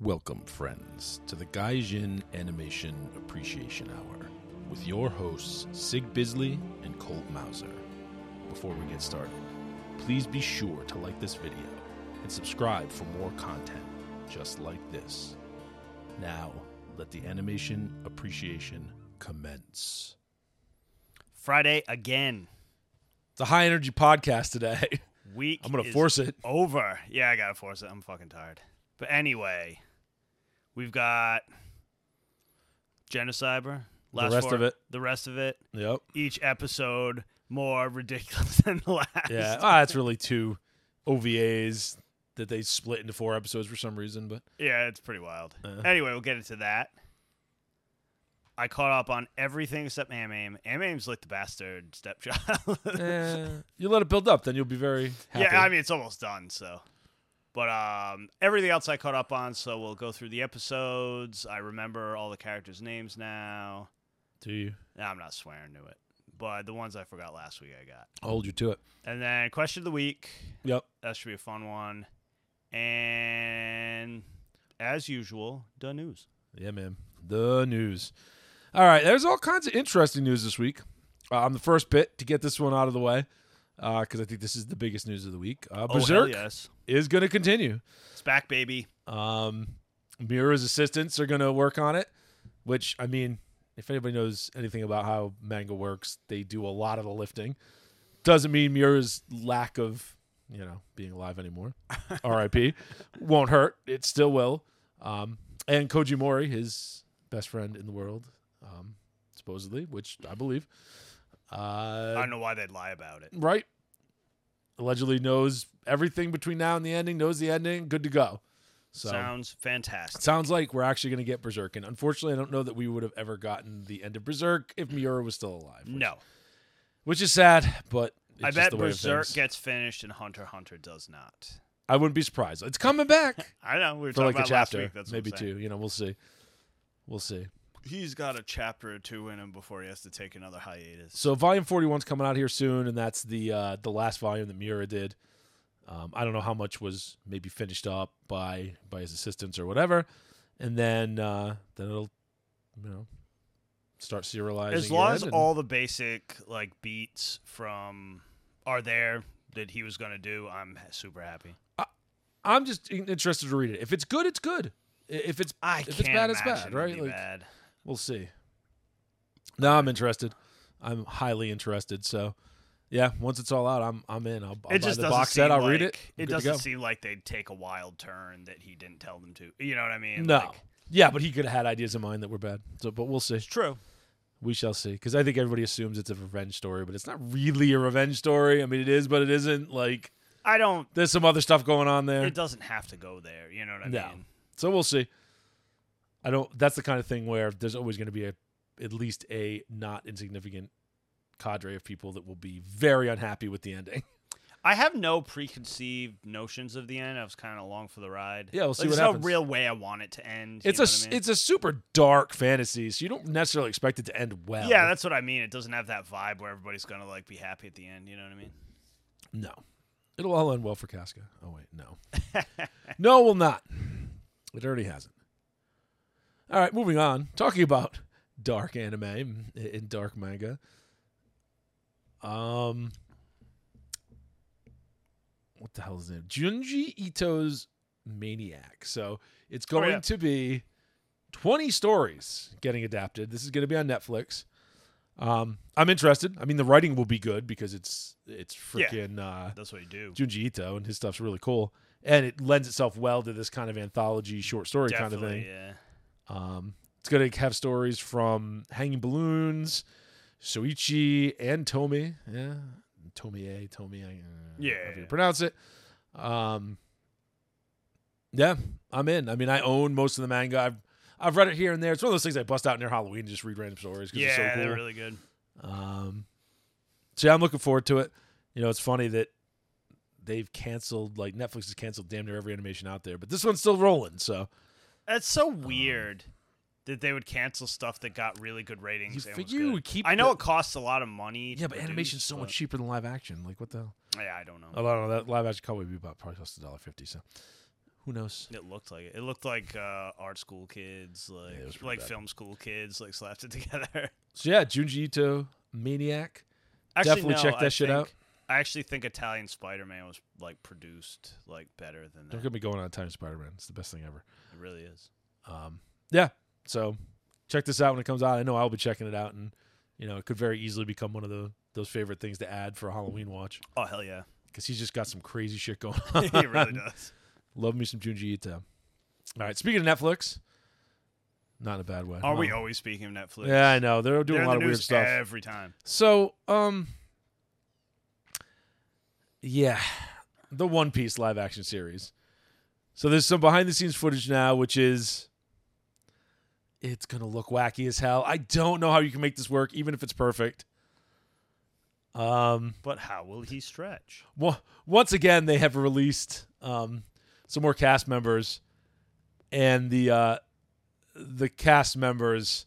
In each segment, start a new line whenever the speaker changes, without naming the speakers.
Welcome, friends, to the Gaijin Animation Appreciation Hour with your hosts, Sig Bisley and Colt Mauser. Before we get started, please be sure to like this video and subscribe for more content just like this. Now, let the animation appreciation commence.
Friday again.
It's a high energy podcast today.
Week.
I'm gonna
is
force it.
Over. Yeah, I gotta force it. I'm fucking tired. But anyway, we've got Genocyber.
rest of it.
The rest of it.
Yep.
Each episode more ridiculous than the last.
Yeah. Ah, it's really two OVAs that they split into four episodes for some reason, but
Yeah, it's pretty wild.
Uh.
Anyway, we'll get into that. I caught up on everything except Am Aim. Am Aim's like the bastard stepchild.
Eh, you let it build up, then you'll be very happy.
Yeah, I mean it's almost done, so. But um, everything else I caught up on, so we'll go through the episodes. I remember all the characters' names now.
do you?
Nah, I'm not swearing to it, but the ones I forgot last week I got.
I'll hold you to it.
And then question of the week.
Yep.
That should be a fun one. And as usual, the news.
Yeah, man. The news. All right, there's all kinds of interesting news this week. Uh, I'm the first bit to get this one out of the way because I think this is the biggest news of the week. Uh,
Oh hell
Berserk
yes,
is going to continue.
it's back, baby.
Um, Mira's assistants are going to work on it, which, I mean, if anybody knows anything about how manga works, they do a lot of the lifting. Doesn't mean Mira's lack of, you know, being alive anymore, RIP, won't hurt. It still will. Um, and Koji Mori, his best friend in the world, um, supposedly, which I believe. Uh,
I don't know why they'd lie about it.
right? Allegedly knows everything between now and the ending, knows the ending, good to go. So
Sounds fantastic.
sounds like we're actually going to get Berserk. And unfortunately, I don't know that we would have ever gotten the end of Berserk if Miura was still alive. Which,
No,
Which is sad, but it's
I
just the
bet
way of
Berserk
things.
gets finished and Hunter x Hunter does not.
I wouldn't be surprised. It's coming back
I know we were
for
talking
like a
about
chapter,
last week. That's
maybe
what I'm saying.
two. You know, we'll see. We'll see.
He's got a chapter or two in him before he has to take another hiatus.
So volume 41's coming out here soon, and that's the uh, the last volume that Miura did. Um, I don't know how much was maybe finished up by by his assistants or whatever, and then uh, then it'll you know start serializing.
As long
it
as
and-
all the basic like beats from are there that he was gonna do, I'm super happy.
I'm just in- interested to read it. If it's good, it's good. I- If it's
I
If it's
can't
bad, it's
imagine
bad,
it'd
right?
be
Like-
bad.
we'll see. No, I'm interested. I'm highly interested. So yeah, once it's all out, I'm I'm in. I'll, I'll
It
buy
just
the
doesn't
box
seem
set. I'll
like,
read it. I'm good
It
to go.
doesn't seem like they'd take a wild turn that he didn't tell them to. You know what I mean?
no.
Like,
yeah, but he could have had ideas in mind that were bad. So, but we'll see.
it's true.
We shall see. Because I think everybody assumes it's a revenge story, but it's not really a revenge story. I mean, it is, but it isn't. Like,
I don't.
there's some other stuff going on there.
It doesn't have to go there. You know what I
No.
mean?
So we'll see. I don't. That's the kind of thing where there's always going to be a, at least a not insignificant cadre of people that will be very unhappy with the ending.
I have no preconceived notions of the end. I was kind of along for the ride.
Yeah, we'll see
Like,
what
there's
happens.
no real way I want it to end. you
It's a
know what I
s-
mean?
it's a super dark fantasy, so you don't necessarily expect it to end well.
yeah, that's what I mean. It doesn't have that vibe where everybody's gonna like be happy at the end. You know what I mean?
No. It'll all end well for Casca. Oh wait, no. no, it will not. It already hasn't. All right, moving on. Talking about dark anime and dark manga. Um what the hell is his name? Junji Ito's Maniac. So it's
Oh, yeah.
going to be 20 stories getting adapted. This is going to be on Netflix. Um, I'm interested. I mean, the writing will be good because it's it's
Yeah.
freaking uh,
That's what you do.
Junji Ito, and his stuff's really cool, and it lends itself well to this kind of anthology short story
Definitely.
kind of thing.
Yeah.
Um, it's gonna have stories from Hanging Balloons, Soichi, and Tomi. Yeah, Tomie, Tomi. I- uh,
Yeah.
however you pronounce it. Um, yeah, I'm in. I mean, I own most of the manga. I've I've read it here and there. It's one of those things I bust out near Halloween and just read random stories because
Yeah,
it's so cool.
they're really good.
Um, so yeah, I'm looking forward to it. You know, it's funny that they've canceled, like Netflix has canceled damn near every animation out there, but this one's still rolling. So
That's so
Um,
weird that they would cancel stuff that got really good ratings.
you
and was
figure you
good.
would keep.
I know
the-
it costs a lot of money.
yeah, but
to produce,
animation's so
but-
much cheaper than live action. Like what the hell?
Yeah, I don't know.
Oh, I don't know. That live action probably be about probably cost a dollar fifty. So Who knows?
It looked like it. It looked like uh, art school kids, like
it was pretty
like
bad.
film school kids, like slapped it together.
So yeah, Junji Ito, Maniac.
Actually,
Definitely
no,
check that
I
shit out.
think- I actually think Italian Spider Man was like produced like better than
Don't
that.
get me going on Time Spider Man. It's the best thing ever.
It really is.
Um, yeah. So check this out when it comes out. I know I'll be checking it out, and you know it could very easily become one of the those favorite things to add for a Halloween watch
Oh hell yeah,
because he's just got some crazy shit going on.
he really does.
Love me some Junji Ito. All right. Speaking of Netflix, not in a bad way.
Are we
No.
always speaking of Netflix?
Yeah, I know they're doing a
They're in
lot
the
of weird
news
stuff.
every time.
So, um, yeah, the One Piece live action series. So there's some behind the scenes footage now, which is it's gonna look wacky as hell. I don't know how you can make this work, even if it's perfect. Um,
But how will he stretch?
well, once again, they have released um, some more cast members, and the uh, the cast members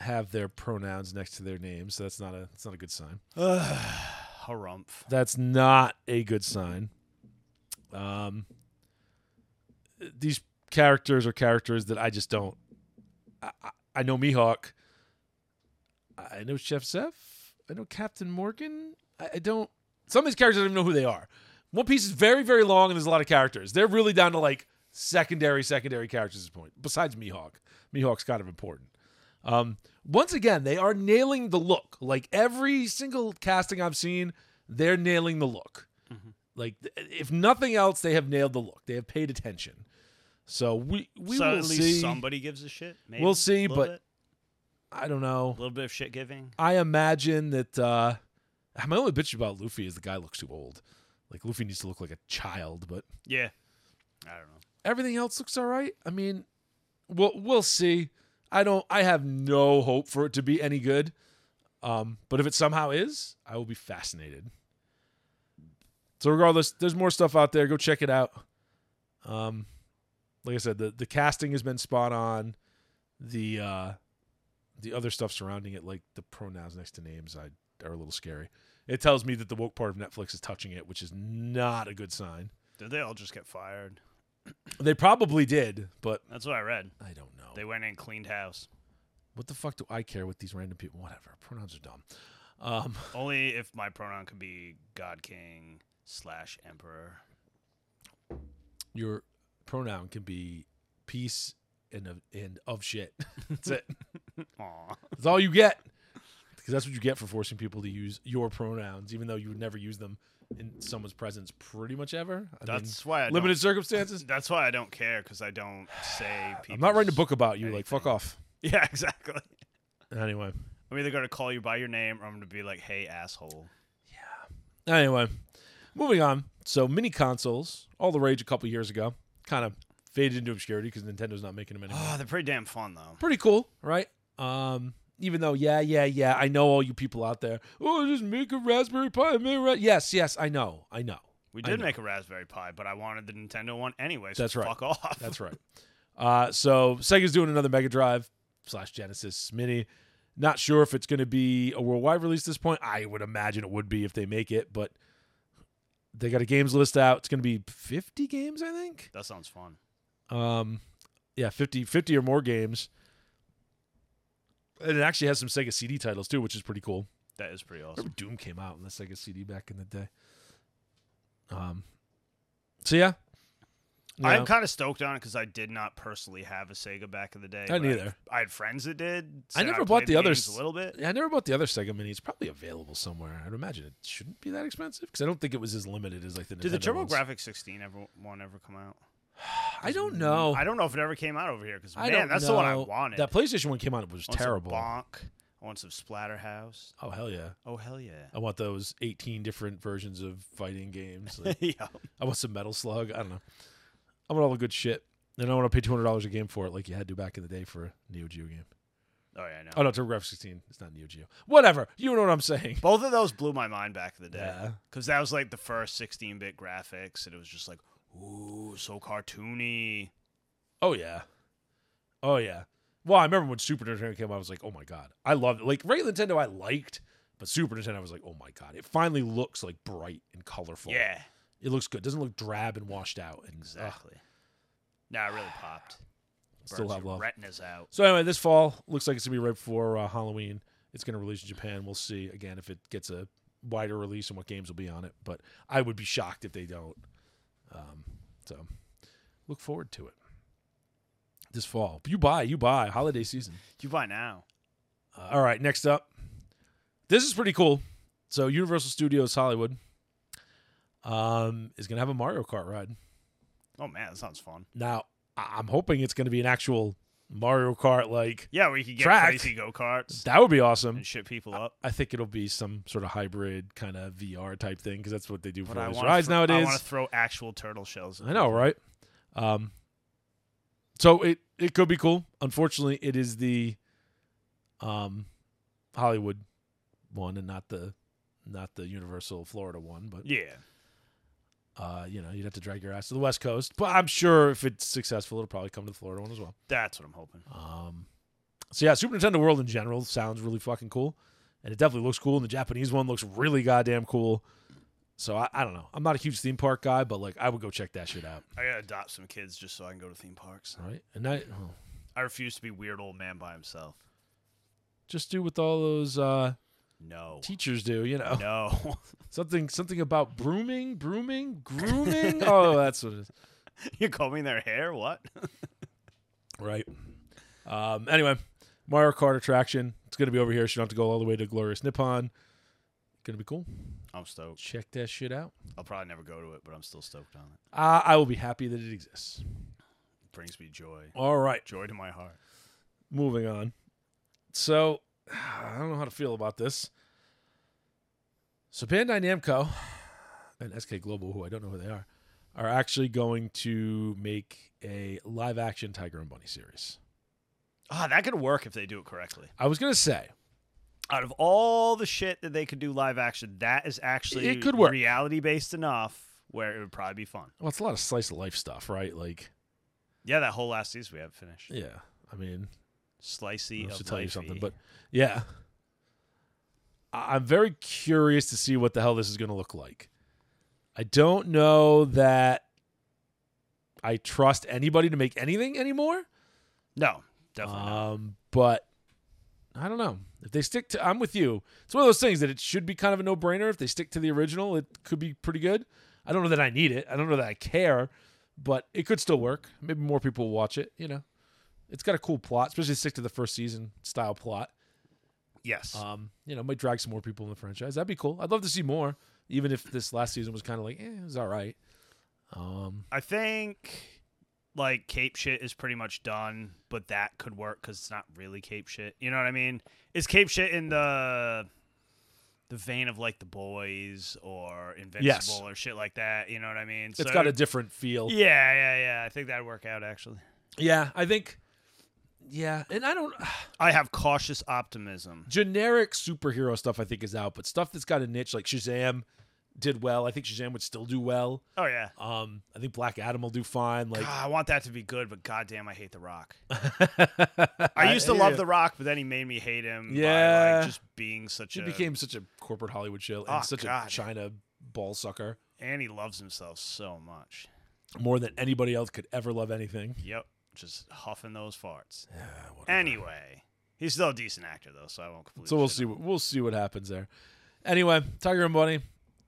have their pronouns next to their names, so that's not a that's not a good sign.
Harumph.
That's not a good sign. Um, these characters are characters that I just don't. I, I, I know Mihawk. I know Chef Zeph. I know Captain Morgan. I, I don't. Some of these characters I don't even know who they are. One Piece is very, very long, and there's a lot of characters. They're really down to like secondary, secondary characters at this point. Besides Mihawk, Mihawk's kind of important. Um, once again, they are nailing the look. Like every single casting I've seen, they're nailing the look.
Mhm.
Like th- if nothing else, they have nailed the look. They have paid attention. So we we
so
will
at least
see.
somebody gives a shit. Maybe.
We'll see,
Little
but-
bit?
I don't know.
a little bit of shit giving.
I imagine that uh my only bitch about Luffy is the guy looks too old. Like Luffy needs to look like a child, but
Yeah. I don't know.
everything else looks all right. I mean, we'll we'll see. I don't. I have no hope for it to be any good. Um, but if it somehow is, I will be fascinated. So regardless, there's more stuff out there. Go check it out. Um, like I said, the the casting has been spot on. The uh, the other stuff surrounding it, like the pronouns next to names, I are a little scary. It tells me that the woke part of Netflix is touching it, which is not a good sign.
Did they all just get fired?
They probably did, but
That's what I read.
I don't know.
They went in and cleaned house.
what the fuck do I care what these random people? Whatever. Pronouns are dumb. Um,
Only if my pronoun could be God King slash Emperor.
your pronoun can be peace and of, and of shit. That's it.
Aw.
That's all you get. Because that's what you get for forcing people to use your pronouns, even though you would never use them in someone's presence pretty much ever. I mean,
That's why I
limited
don't,
circumstances.
That's why I don't care because I don't say people.
I'm not writing a book about you. Like fuck
anything.
off.
Yeah, exactly.
Anyway.
I'm either gonna call you by your name or I'm gonna be like, "Hey, asshole."
Anyway, moving on. So mini consoles, all the rage a couple years ago, kind of faded into obscurity because Nintendo's not making them anymore.
Oh, they're pretty damn fun though.
pretty cool, right? Um, even though, yeah, yeah, yeah, I know all you people out there. Oh, just make a Raspberry Pi. Make a ra-" Yes, yes, I know, I know.
We
I
did
know.
make a Raspberry Pi, but I wanted the Nintendo one anyway. So
That's right.
Fuck off.
That's right. Uh, so Sega's doing another Mega Drive slash Genesis Mini. Not sure if it's going to be a worldwide release at this point. I would imagine it would be if they make it, but they got a games list out. It's going to be 50 games, I think.
that sounds fun.
um yeah 50 50 or more games and it actually has some sega cd titles too which is pretty cool
That is pretty awesome.
Remember doom came out on the sega cd back in the day um so yeah You
I'm
know,
kind of stoked on it because I did not personally have a Sega back in the day.
I
but
neither.
I, had friends that did.
I
so
never
played
bought the other
games
s-
a little bit.
yeah, I never bought the other Sega Mini. It's probably available somewhere. I'd imagine it shouldn't be that expensive because I don't think it was as limited as like the.
Did the
Nintendo
Turbo
ones.
Graphics 16 ever one ever come out?
I don't know.
I don't know if it ever came out over here because
I
man,
don't
that's the one I
know.
wanted.
That PlayStation one came out. It was
I want some
terrible.
Bonk. I want some Splatterhouse.
Oh hell yeah!
Oh hell yeah.
I want those eighteen different versions of fighting games. Like,
yeah.
I want some Metal Slug. I don't know. I want all the good shit. And I want to pay two hundred dollars a game for it, like you had to back in the day for a Neo Geo game.
Oh yeah, I know.
Oh no, TurboGrafx sixteen. It's not Neo Geo. Whatever. You know what I'm saying?
Both of those blew my mind back in the day
Yeah.
because that was like the first 16-bit graphics, and it was just like, ooh, so cartoony.
Oh yeah. Oh yeah. Well, I remember when Super Nintendo came out. I was like, oh my god, I loved it. Like regular Nintendo, I liked, but Super Nintendo, I was like, oh my god, it finally looks like bright and colorful.
Yeah,
It looks good. It doesn't look drab and washed out. And, ugh.
exactly. Nah, it really popped.
Still
Burns
have
your
love.
Retinas out.
So anyway, this fall looks like it's gonna be right before uh, Halloween. It's gonna release in Japan. We'll see again if it gets a wider release and what games will be on it. But I would be shocked if they don't. Um, so look forward to it this fall. You buy, you buy. Holiday season.
You buy now.
Uh, all right, next up. This is pretty cool. So Universal Studios Hollywood um, is gonna have a Mario Kart ride.
Oh man, that sounds fun.
Now I- I'm hoping it's gonna be an actual Mario Kart like.
Yeah, we could get
Track.
crazy go karts
That would be awesome.
and shit people up.
I think it'll be some sort of hybrid kind of VR type thing because that's what they do for
But I
those
want
rides
I
nowadays.
want to throw actual turtle shells. at
I know, right? Um, so it it could be cool. Unfortunately, it is the um Hollywood one and not the not the Universal Florida one, but
people. Yeah.
uh, you know, you'd have to drag your ass to the West Coast. But I'm sure if it's successful, it'll probably come to the Florida one as well.
That's what I'm hoping.
Um, so yeah, Super Nintendo World in general sounds really fucking cool, and it definitely looks cool. And the Japanese one looks really goddamn cool. So I, I don't know. I'm not a huge theme park guy, but like I would go check that shit out.
I gotta adopt some kids just so I can go to theme parks.
All right, and I oh,
I refuse to be weird old man by himself.
just do with all those uh,
No.
teachers do. You know,
No.
something something about brooming, brooming, grooming. oh, that's what it is.
You're combing their hair? What?
Right. Um, anyway, Mario Kart attraction. It's gonna be over here. So you don't have to go all the way to glorious Nippon. Gonna be cool.
I'm stoked.
Check that shit out.
I'll probably never go to it, but I'm still stoked on it.
Uh, I will be happy that it exists.
It brings me joy.
All right.
Joy to my heart.
moving on. So I don't know how to feel about this. So Bandai Namco and SK Global, who I don't know who they are, are actually going to make a live action Tiger and Bunny series.
Ah, that could work if they do it correctly.
I was gonna say
Out of all the shit that they could do live action, that is actually
It could work.
reality based enough where it would probably be fun.
well, it's a lot of slice of life stuff, right? Like,
Yeah, that whole last season we haven't finished.
yeah. I mean,
Slicey
I
of
should tell you
lifey.
something, but yeah, I- I'm very curious to see what the hell this is going to look like. I don't know that I trust anybody to make anything anymore.
no, definitely not.
Um, but I don't know if they stick to. I'm with you. It's one of those things that it should be kind of a no brainer. If they stick to the original, it could be pretty good. I don't know that I need it. I don't know that I care, but it could still work. Maybe more people will watch it. You know, it's got a cool plot, especially stick to the first season style plot.
Yes.
Um, you know, might drag some more people in the franchise. That'd be cool. I'd love to see more, even if this last season was kind of like, eh, it was all right. Um,
I think like cape shit is pretty much done, but that could work because it's not really cape shit. You know what I mean? Is cape shit in the the vein of like the boys or invincible or shit like that? You know what I mean?
it's got a different feel.
yeah, yeah, yeah. I think that'd work out actually.
yeah, I think. Yeah, and I don't.
I have cautious optimism.
generic superhero stuff I think is out, but stuff that's got a niche like Shazam did well. I think Shazam would still do well.
Oh yeah.
Um, I think Black Adam will do fine. Like
God, I want that to be good, but goddamn, I hate The Rock. I
I
used to
hear
love
ya.
The Rock, but then he made me hate him. by,
Yeah.
like, just being such
it
a
became such a corporate Hollywood show and
Oh,
such
God.
a China ball sucker
and he loves himself so much.
more than anybody else could ever love anything.
Yep, just huffing those farts. Anyway, he's still a decent actor though, so I won't completely.
So we'll
shit
see.
on-
What, we'll see what happens there. Anyway, Tiger and Bunny.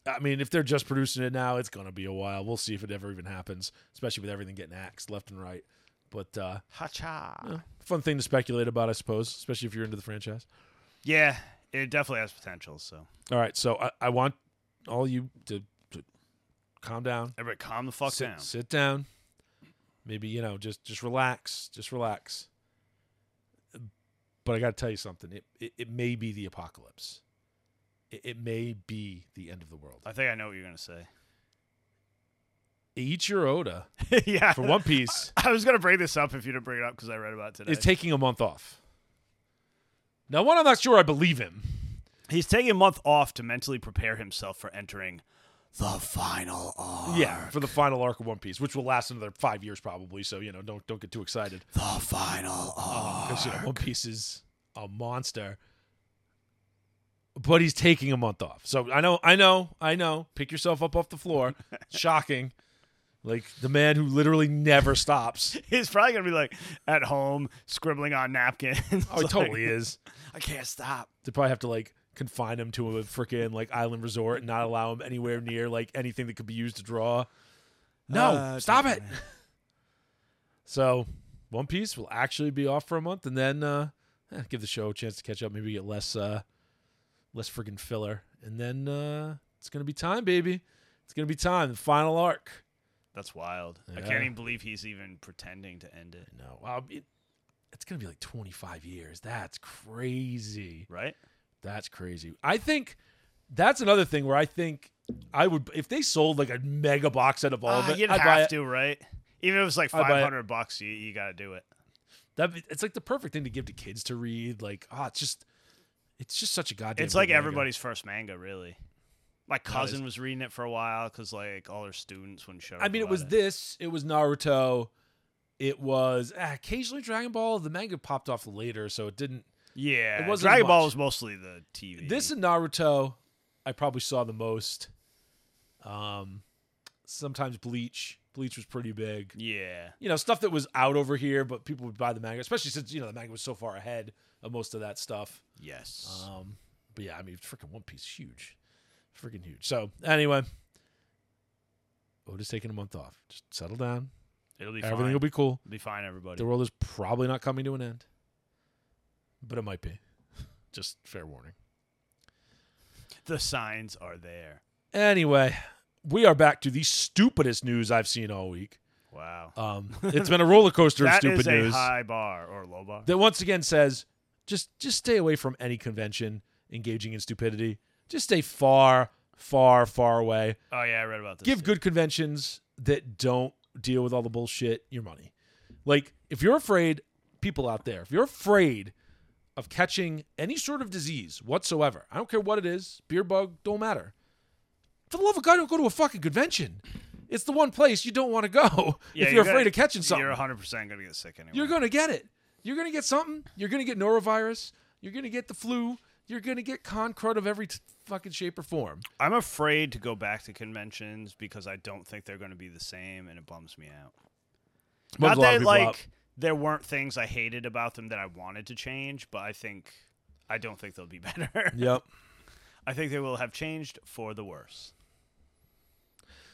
I mean, if they're just producing it now, it's gonna be a while. We'll see if it ever even happens, especially with everything getting axed left and right. But uh,
Ha-cha.
you know, fun thing to speculate about, I suppose, especially if you're into the franchise.
Yeah, it definitely has potential. So
All right, so I, I want all you to, to calm down,
everybody, calm the fuck
sit,
down.
sit down. Maybe you know, just just relax, just relax. But I got to tell you something. It, it it may be the apocalypse. It, it may be the end of the world.
I think I know what you're gonna say.
Ichiro Oda
yeah,
for One Piece
I was gonna bring this up if you didn't bring it up because I read about it today.
is taking a month off. Now, one, I'm not sure I believe him.
he's taking a month off to mentally prepare himself for entering the final arc.
Yeah, for the final arc of One Piece, which will last another five years probably. So you know, don't don't get too excited.
the final arc.
because you know One Piece is a monster. But he's taking a month off, so I know, I know, I know. Pick yourself up off the floor. Shocking. Like the man who literally never stops.
He's probably gonna be like at home scribbling on napkins.
Oh, he
Like,
totally is.
I can't stop.
They probably have to like confine him to a freaking like island resort and not allow him anywhere near like anything that could be used to draw. No,
Uh,
stop
damn,
it.
man.
So, One Piece will actually be off for a month, and then uh, eh, give the show a chance to catch up. Maybe get less, uh, less freaking filler, and then uh, it's gonna be time, baby. It's gonna be time. The final arc.
That's wild. I
Yeah.
can't even believe he's even pretending to end it.
No, wow, it, it's gonna be like 25 years. That's crazy.
Right?
That's crazy. I think that's another thing where I think I would if they sold like a mega box set of all of
Ah,
it.
you'd
I'd buy
have
it.
to, right? Even if it's like
I'd buy it.
five hundred bucks, you you gotta do it.
That it's like the perfect thing to give to kids to read. Like, ah, it's just, it's just such a goddamn.
it's
good
like
manga.
everybody's first manga, really. My cousin
it's-
was reading it for a while because like all her students wouldn't show.
I mean, it was this. It was Naruto. It was ah, occasionally Dragon Ball. The manga popped off later, so it didn't.
yeah.
it wasn't
Dragon Ball
much.
was mostly the TV.
This and Naruto, I probably saw the most. Um, sometimes Bleach. Bleach was pretty big.
yeah,
You know, stuff that was out over here, but people would buy the manga, especially since you know the manga was so far ahead of most of that stuff.
yes.
Um, but yeah, I mean, freaking One Piece, is huge, freaking huge. So anyway, Oda's taking a month off. Just settle down.
It'll be
Everything
fine.
will be cool.
It'll be fine, everybody.
The world is probably not coming to an end, but it might be. Just fair warning.
The signs are there.
Anyway, we are back to the stupidest news I've seen all week.
Wow.
Um, it's been a roller coaster of
That
stupid
is a
news
high bar or low bar.
that once again says just just stay away from any convention engaging in stupidity. Just stay far, far, far away.
oh yeah, I read about this.
give
too.
good conventions that don't deal with all the bullshit your money. Like if you're afraid, people out there, if you're afraid of catching any sort of disease whatsoever, I don't care what it is, beer bug, don't matter. For the love of God, don't go to a fucking convention. It's the one place you don't want to go
Yeah,
if you're,
gonna-
afraid of catching something.
You're
You're,
100 percent gonna get sick anyway.
going to get it. You're going to get something. You're going to get norovirus. You're going to get the flu. You're going to get concrud of every t- fucking shape or form.
I'm afraid to go back to conventions because I don't think they're gonna be the same, and it bums me out.
Bums
Not
a lot of
that
people
like
out.
there weren't things I hated about them that I wanted to change, but I think I don't think they'll be better.
Yep.
I think they will have changed for the worse.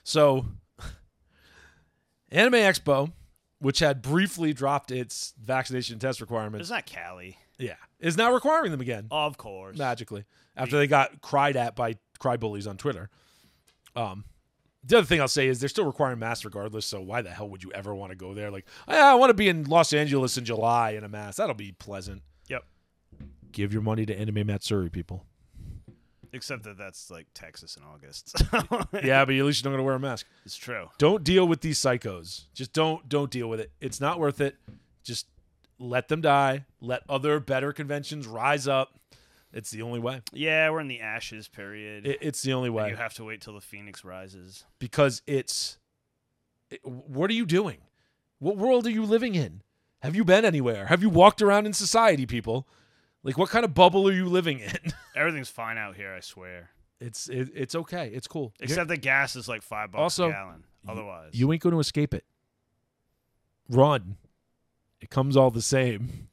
So, Anime Expo, which had briefly dropped its vaccination test
It's
requirements,
not Cali,
yeah, is now requiring them again
of course.
magically after they got cried at by cry bullies on Twitter. Um, the other thing I'll say is they're still requiring masks regardless. So why the hell would you ever want to go there? Like, "Ah, I want to be in Los Angeles in July in a mask. That'll be pleasant.
Yep.
Give your money to Anime Matsuri people.
Except that that's like Texas in August. So,
yeah, but at least you're not going to wear a mask.
it's true.
don't deal with these psychos just don't don't deal with it it's not worth it just let them die let other better conventions rise up it's the only way
Yeah, we're in the ashes period.
It- it's the only
and
way
you have to wait till the phoenix rises.
because it's it- what are you doing what world are you living in have you been anywhere have you walked around in society people like what kind of bubble are you living in
Everything's fine out here, I swear.
it's it, it's okay it's cool You're-
Except the gas is like five bucks
Also,
a gallon. Otherwise,
you ain't going to escape it run it comes all the same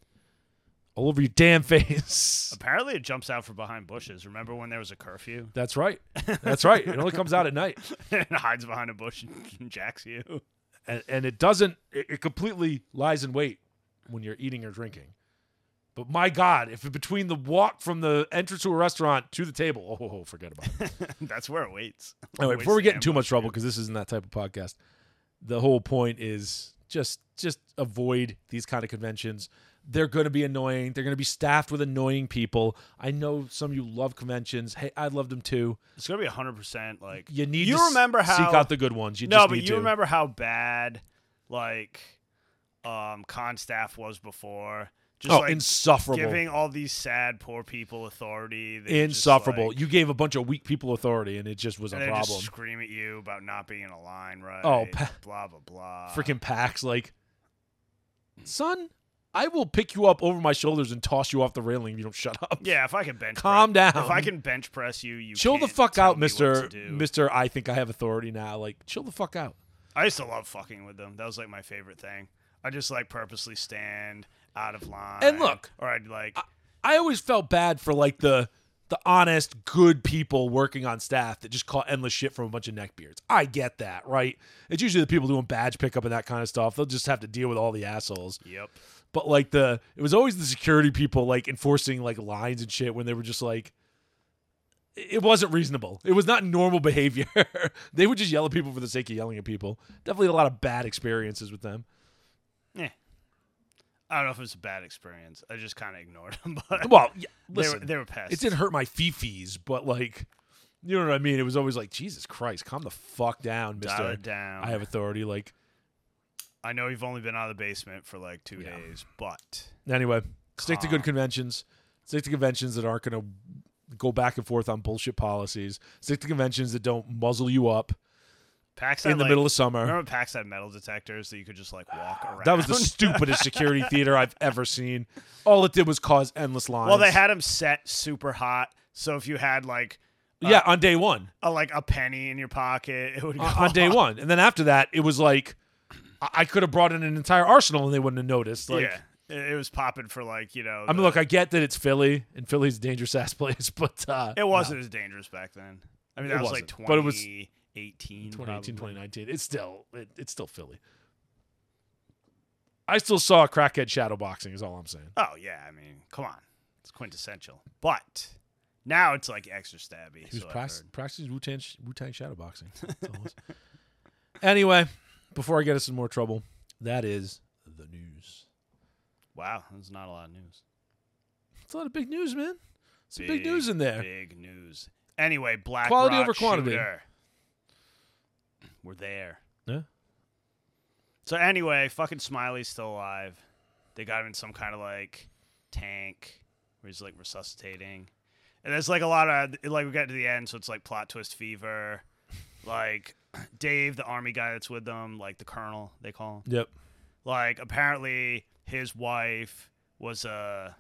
all over your damn face
apparently it jumps out from behind bushes. Remember when there was a curfew?
That's right. That's right. It only comes out at night,
and hides behind a bush and jacks you.
and, and it doesn't. It, it completely lies in wait when you're eating or drinking. But my God, if it between the walk from the entrance to a restaurant to the table, oh, forget about it.
That's where it waits.
Anyway,
Waits
before we
to
get in too
ambush
much trouble,
you.
because this isn't that type of podcast, the whole point is just just avoid these kind of conventions. They're going to be annoying. They're going to be staffed with annoying people. I know some of you love conventions. Hey, I loved them too.
it's gonna be hundred percent like
You need
You
to s-
remember how-
seek out the good ones. You
no,
just
but
need
you
to.
remember how bad like um con staff was before. Just
oh,
like
insufferable.
giving all these sad poor people authority. They just,
insufferable.
like-
you gave a bunch of weak people authority, and it just was a
and they
problem.
just scream at you about not being in a line right.
Oh, pa-
blah blah blah.
Freaking packs like,
Mm.
son, I will pick you up over my shoulders and toss you off the railing if you don't shut up.
yeah. If I can bench,
Calm
press-
down.
If I can bench press you, you
chill the
can't
fuck
tell
out,
me what to
Mister
do.
Mister. I think I have authority now. Like, chill the fuck out.
I used to love fucking with them. That was like my favorite thing. I just like purposely stand out of line.
And look,
or I'd like
I always felt bad for like the the honest, good people working on staff that just call endless shit from a bunch of neckbeards. I get that, right? It's usually the people doing badge pickup and that kind of stuff. They'll just have to deal with all the assholes.
yep.
But like the it was always the security people like enforcing like lines and shit when they were just like it wasn't reasonable. It was not normal behavior. they would just yell at people for the sake of yelling at people. Definitely a lot of bad experiences with them.
I don't know if it was a bad experience. I just kind of ignored them, but
Well, yeah,
they were
listen,
they were pissed.
it didn't hurt my fifis, but like, you know what I mean? It was always like, Jesus Christ, calm the fuck down,
Dial
Mister.
it down.
I have authority. Like,
I know you've only been out of the basement for like two
Yeah.
days, but
anyway, stick to
Calm.
good conventions. Stick to conventions that aren't going to go back and forth on bullshit policies. Stick to conventions that don't muzzle you up
PAX
in
had,
the
like-
middle of summer.
Remember PAX had metal detectors that you could just like walk around.
That was the stupidest security theater I've ever seen. All it did was cause endless lines.
well, they had them set super hot, so if you had like
yeah on day one.
a like a penny in your pocket, it would go
on, on day one, and then after that, it was like I, I could have brought in an entire arsenal and they wouldn't have noticed. Like,
yeah, it, it was popping for like you know.
I mean,
the-
look, I get that it's Philly and Philly's a dangerous ass place, but uh,
it wasn't as dangerous back then. I mean,
It
that was like
wasn't, but it was-
2018,
2018,
probably.
2019. It's still it, it's still Philly. I still saw a crackhead shadow boxing. Is all I'm saying.
Oh yeah, I mean, come on, it's quintessential. But now it's like extra stabby.
He was
so I've
prac-
heard.
practicing Wu Tang Wu Tang shadow boxing. That's all it was. anyway, before I get us in more trouble, that is the news.
Wow, there's not a lot of news.
It's a lot of big news, man. It's big, news in there.
Big news. Anyway, Black
Quality
Rock
over quantity.
Shooter. We're there.
Yeah.
So anyway, fucking Smiley's still alive. They got him in some kind of like tank where he's like resuscitating. And there's like a lot of like we got to the end, so it's like plot twist fever. Like Dave, the army guy that's with them, like the colonel they call him
Yep.
like apparently his wife was a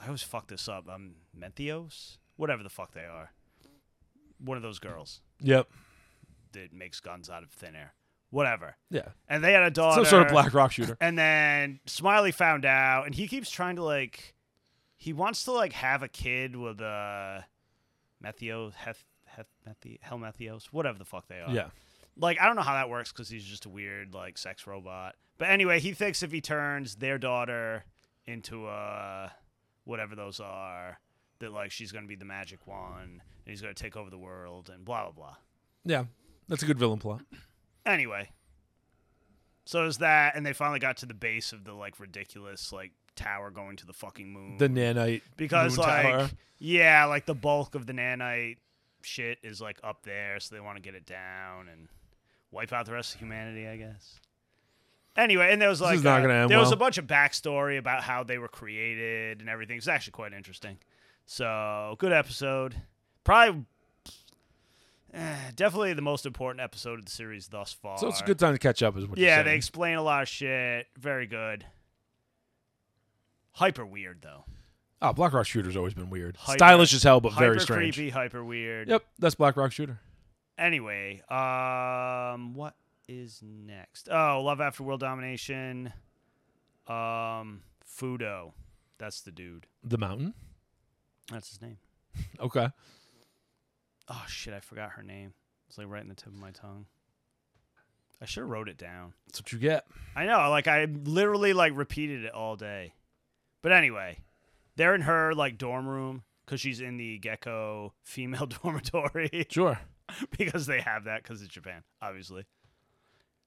I always fuck this up. Um Menthios? Whatever the fuck they are. One of those girls
Yep.
that makes guns out of thin air. Whatever.
Yeah.
And they had a daughter.
Some sort of black rock shooter.
And then Smiley found out and he keeps trying to like he wants to like have a kid with uh Methios Heth Heth Methi, Helmethios, whatever the fuck they are
Yeah.
like I don't know how that works because he's just a weird like sex robot. But anyway, he thinks if he turns their daughter into a whatever those are, that like she's gonna be the magic one and he's gonna take over the world and blah blah blah.
Yeah. That's a good villain plot.
Anyway, so it was that, and they finally got to the base of the like ridiculous like tower going to the fucking moon
The nanite
Mm. because
moon
like
tower.
yeah, like the bulk of the nanite shit is like up there, so they want to get it down and wipe out the rest of humanity, I guess. Anyway, and there was
This
like
is not
uh,
gonna end
there was
well.
a bunch of backstory about how they were created and everything. It's actually quite interesting. So good episode, probably. eh, definitely the most important episode of the series thus far.
So it's a good time to catch up, is what
Yeah,
you're
they
saying.
explain a lot of shit. Very good. Hyper weird though.
Oh, Black Rock Shooter's always been weird.
Hyper-
Stylish as hell, but very
hyper
strange.
creepy, hyper weird.
Yep, that's Black Rock Shooter.
Anyway, um, what is next? Oh, Love After World Domination. Um, Fudo, that's the dude.
The Mountain.
That's his name.
Okay.
Oh shit, I forgot her name. It's like right in the tip of my tongue. I should have wrote it down.
That's what you get.
I know, like I literally like repeated it all day. But anyway, they're in her like dorm room because she's in the gecko female dormitory.
Sure.
because they have that because it's Japan, obviously.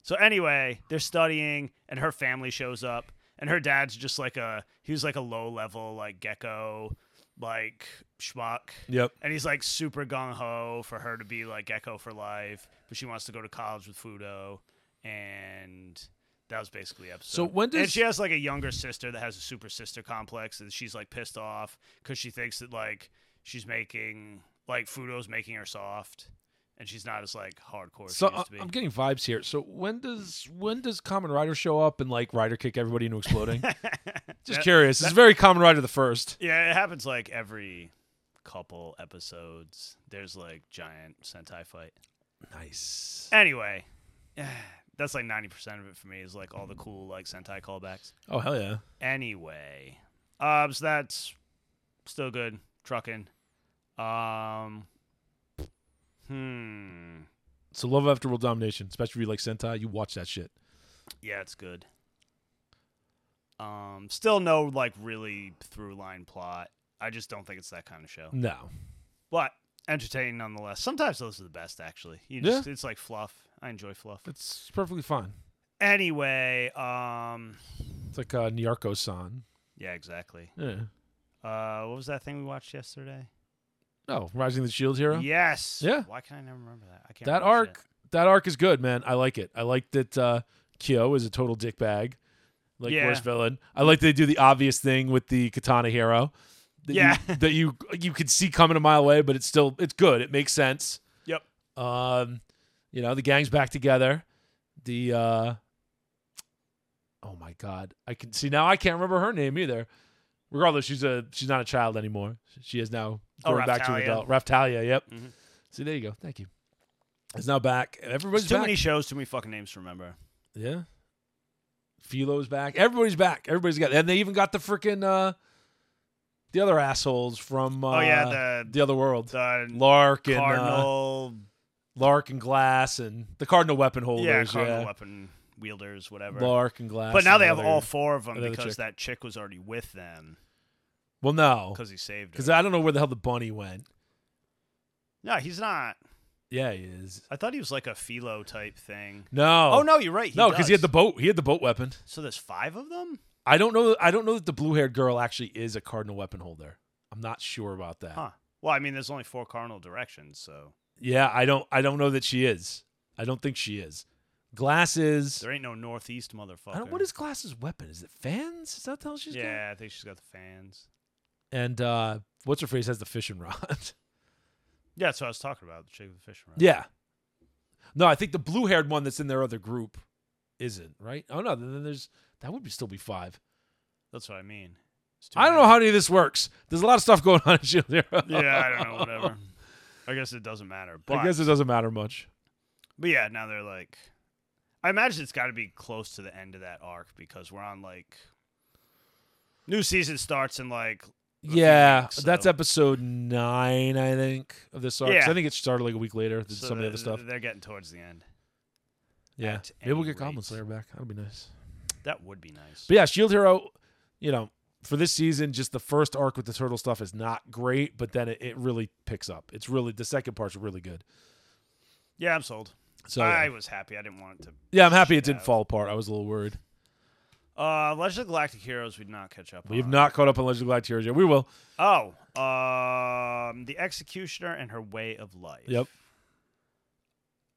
So anyway, they're studying, and her family shows up, and her dad's just like a he was like a low level like gecko, like schmuck,
Yep.
and he's like super gung ho for her to be like gecko for life, but she wants to go to college with Fudo, and that was basically the episode.
So when
And
does-
she has like a younger sister that has a super sister complex, and she's like pissed off because she thinks that like she's making like Fudo's making her soft, and she's not as like hardcore as
So
she
I-
used to be.
I'm getting vibes here. So when does when does Common Rider show up and like Rider kick everybody into exploding? Just
That-
curious. It's very Common Rider the first.
yeah, it happens like every couple episodes. There's like giant Sentai fight.
Nice.
Anyway, that's like ninety percent of it for me is like all the cool like Sentai callbacks.
Oh hell yeah!
Anyway, um, so that's still good trucking. Um, hmm,
So Love After World Domination, especially if you like Sentai, you watch that shit.
yeah, it's good. Um, still no like really through line plot. I just don't think it's that kind of show,
No,
but entertaining nonetheless. Sometimes those are the best, actually. You just it's like fluff. I enjoy fluff.
it's perfectly fine.
Anyway, um,
It's like uh, Nyarko-san.
yeah, exactly.
Yeah.
Uh, what was that thing we watched yesterday?
Oh, Rising of the Shield Hero.
Yes.
Yeah.
Why can I never remember that? I can't.
that
remember
arc, that arc is good, man. I like it. I like that uh, Kyo is a total dickbag, like
Yeah.
worst villain. I like they do the obvious thing with the Katana Hero. That you-
Yeah.
that you you could see coming a mile away, but it's still it's good. It makes sense.
Yep.
Um, you know the gang's back together. The uh, oh my god, I can see now. I can't remember her name either. Regardless, she's a she's not a child anymore. She is now
Oh,
grown back to an
Raftalia.
adult. Raftalia, yep.
Mhm.
See, there you go. Thank you. It's now back. and
There's
Everybody's
too
back.
many shows, too many fucking names to remember.
yeah. Philo's back. Everybody's back. Everybody's got, and they even got the freaking uh, the other assholes from uh,
oh yeah, the
the other world.
the
Lark and uh,
cardinal,
Lark and Glass and the Cardinal weapon holders.
yeah, cardinal
yeah.
weapon wielders, whatever.
Lark and Glass.
but now
and
they have
other-
all four of them
another
because
chick. Oh.
that chick was already with them
Well, no,
because he saved her.
because I don't know where the hell the bunny went.
no, he's not.
Yeah, he is.
I thought he was like a philo type thing.
No.
Oh, no, you're right.
No, because he had
does.
the boat. He had the boat weapon.
So there's five of them.
I don't know. I don't know that the blue-haired girl actually is a cardinal weapon holder. I'm not sure about that.
Huh. Well, I mean, there's only four cardinal directions, so
Yeah, I don't. I don't know that she is. I don't think she is. Glasses.
there ain't no northeast motherfucker.
I don't, what is Glasses' weapon? Is it fans? Is that the hell she's got?
yeah, I think she's got the fans.
And uh, what's her face has the fishing rod.
Yeah, that's what I was talking about. The chick with the fish around.
yeah. No, I think the blue-haired one that's in their other group isn't right. Oh no, then there's that would be still be five.
That's what I mean. It's too
I don't know
many.
how any of this works. There's a lot of stuff going on in Shield Hero.
yeah, I don't know. Whatever. I guess it doesn't matter. But,
I guess it doesn't matter much.
but yeah, now they're like. I imagine it's got to be close to the end of that arc because we're on like. New season starts in like. a few
Yeah,
weeks,
that's
so-
episode nine, I think, of this arc. 'Cause
Yeah.
I think it started like a week later than
so
some of the other
they're-
stuff.
They're getting towards the end.
Yeah,
at
maybe we'll
any
get Goblin
rate.
Slayer back. That'd be nice.
That would be nice.
But yeah, Shield Hero, you know, for this season, just the first arc with the turtle stuff is not great, but then it, it really picks up. It's really the second part's really good.
yeah, I'm sold.
So
I
yeah.
was happy. I didn't want it to.
yeah, I'm happy it
Yeah.
didn't fall apart. I was a little worried.
Uh, Legend of Galactic Heroes, we did not catch up
We have
on.
not caught up on Legend of Galactic Heroes yet. We will.
Oh, um, the executioner and her way of life.
Yep.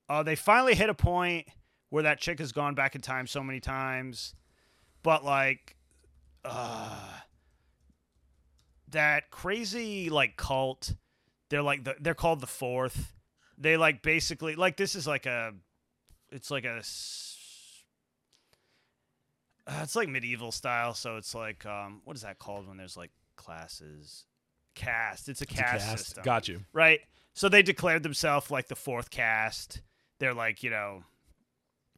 Uh, they finally hit a point where that chick has gone back in time so many times, but like, uh, that crazy like cult. They're like the, they're called the Fourth. They like basically like this is like a, it's like a, s- uh, it's like medieval style. So it's like um, what is that called when there's like classes? Cast. It's a
It's a
caste
cast.
system
Got you.
right? So they declared themselves like the fourth cast. They're like, you know,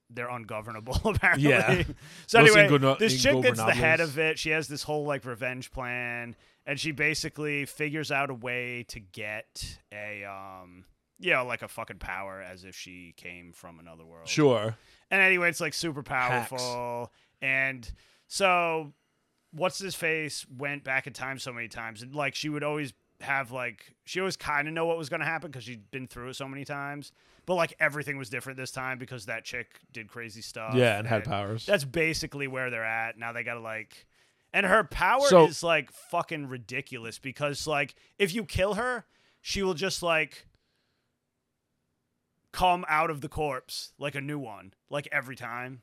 they're ungovernable apparently.
Yeah.
So
Los
anyway,
ingono-
this chick gets the head
ingobernables.
of it. She has this whole like revenge plan, and she basically figures out a way to get a um, you know, like a fucking power as if she came from another world.
Sure.
And anyway, it's like super powerful. And so, what's his face went back in time so many times. And like, she would always have like, she always kind of know what was going to happen because she'd been through it so many times. But like, everything was different this time because that chick did crazy stuff.
yeah, and had powers.
That's basically where they're at. Now they got to like. And her power
So-
is like fucking ridiculous because like if you kill her, she will just like come out of the corpse like a new one, like every time.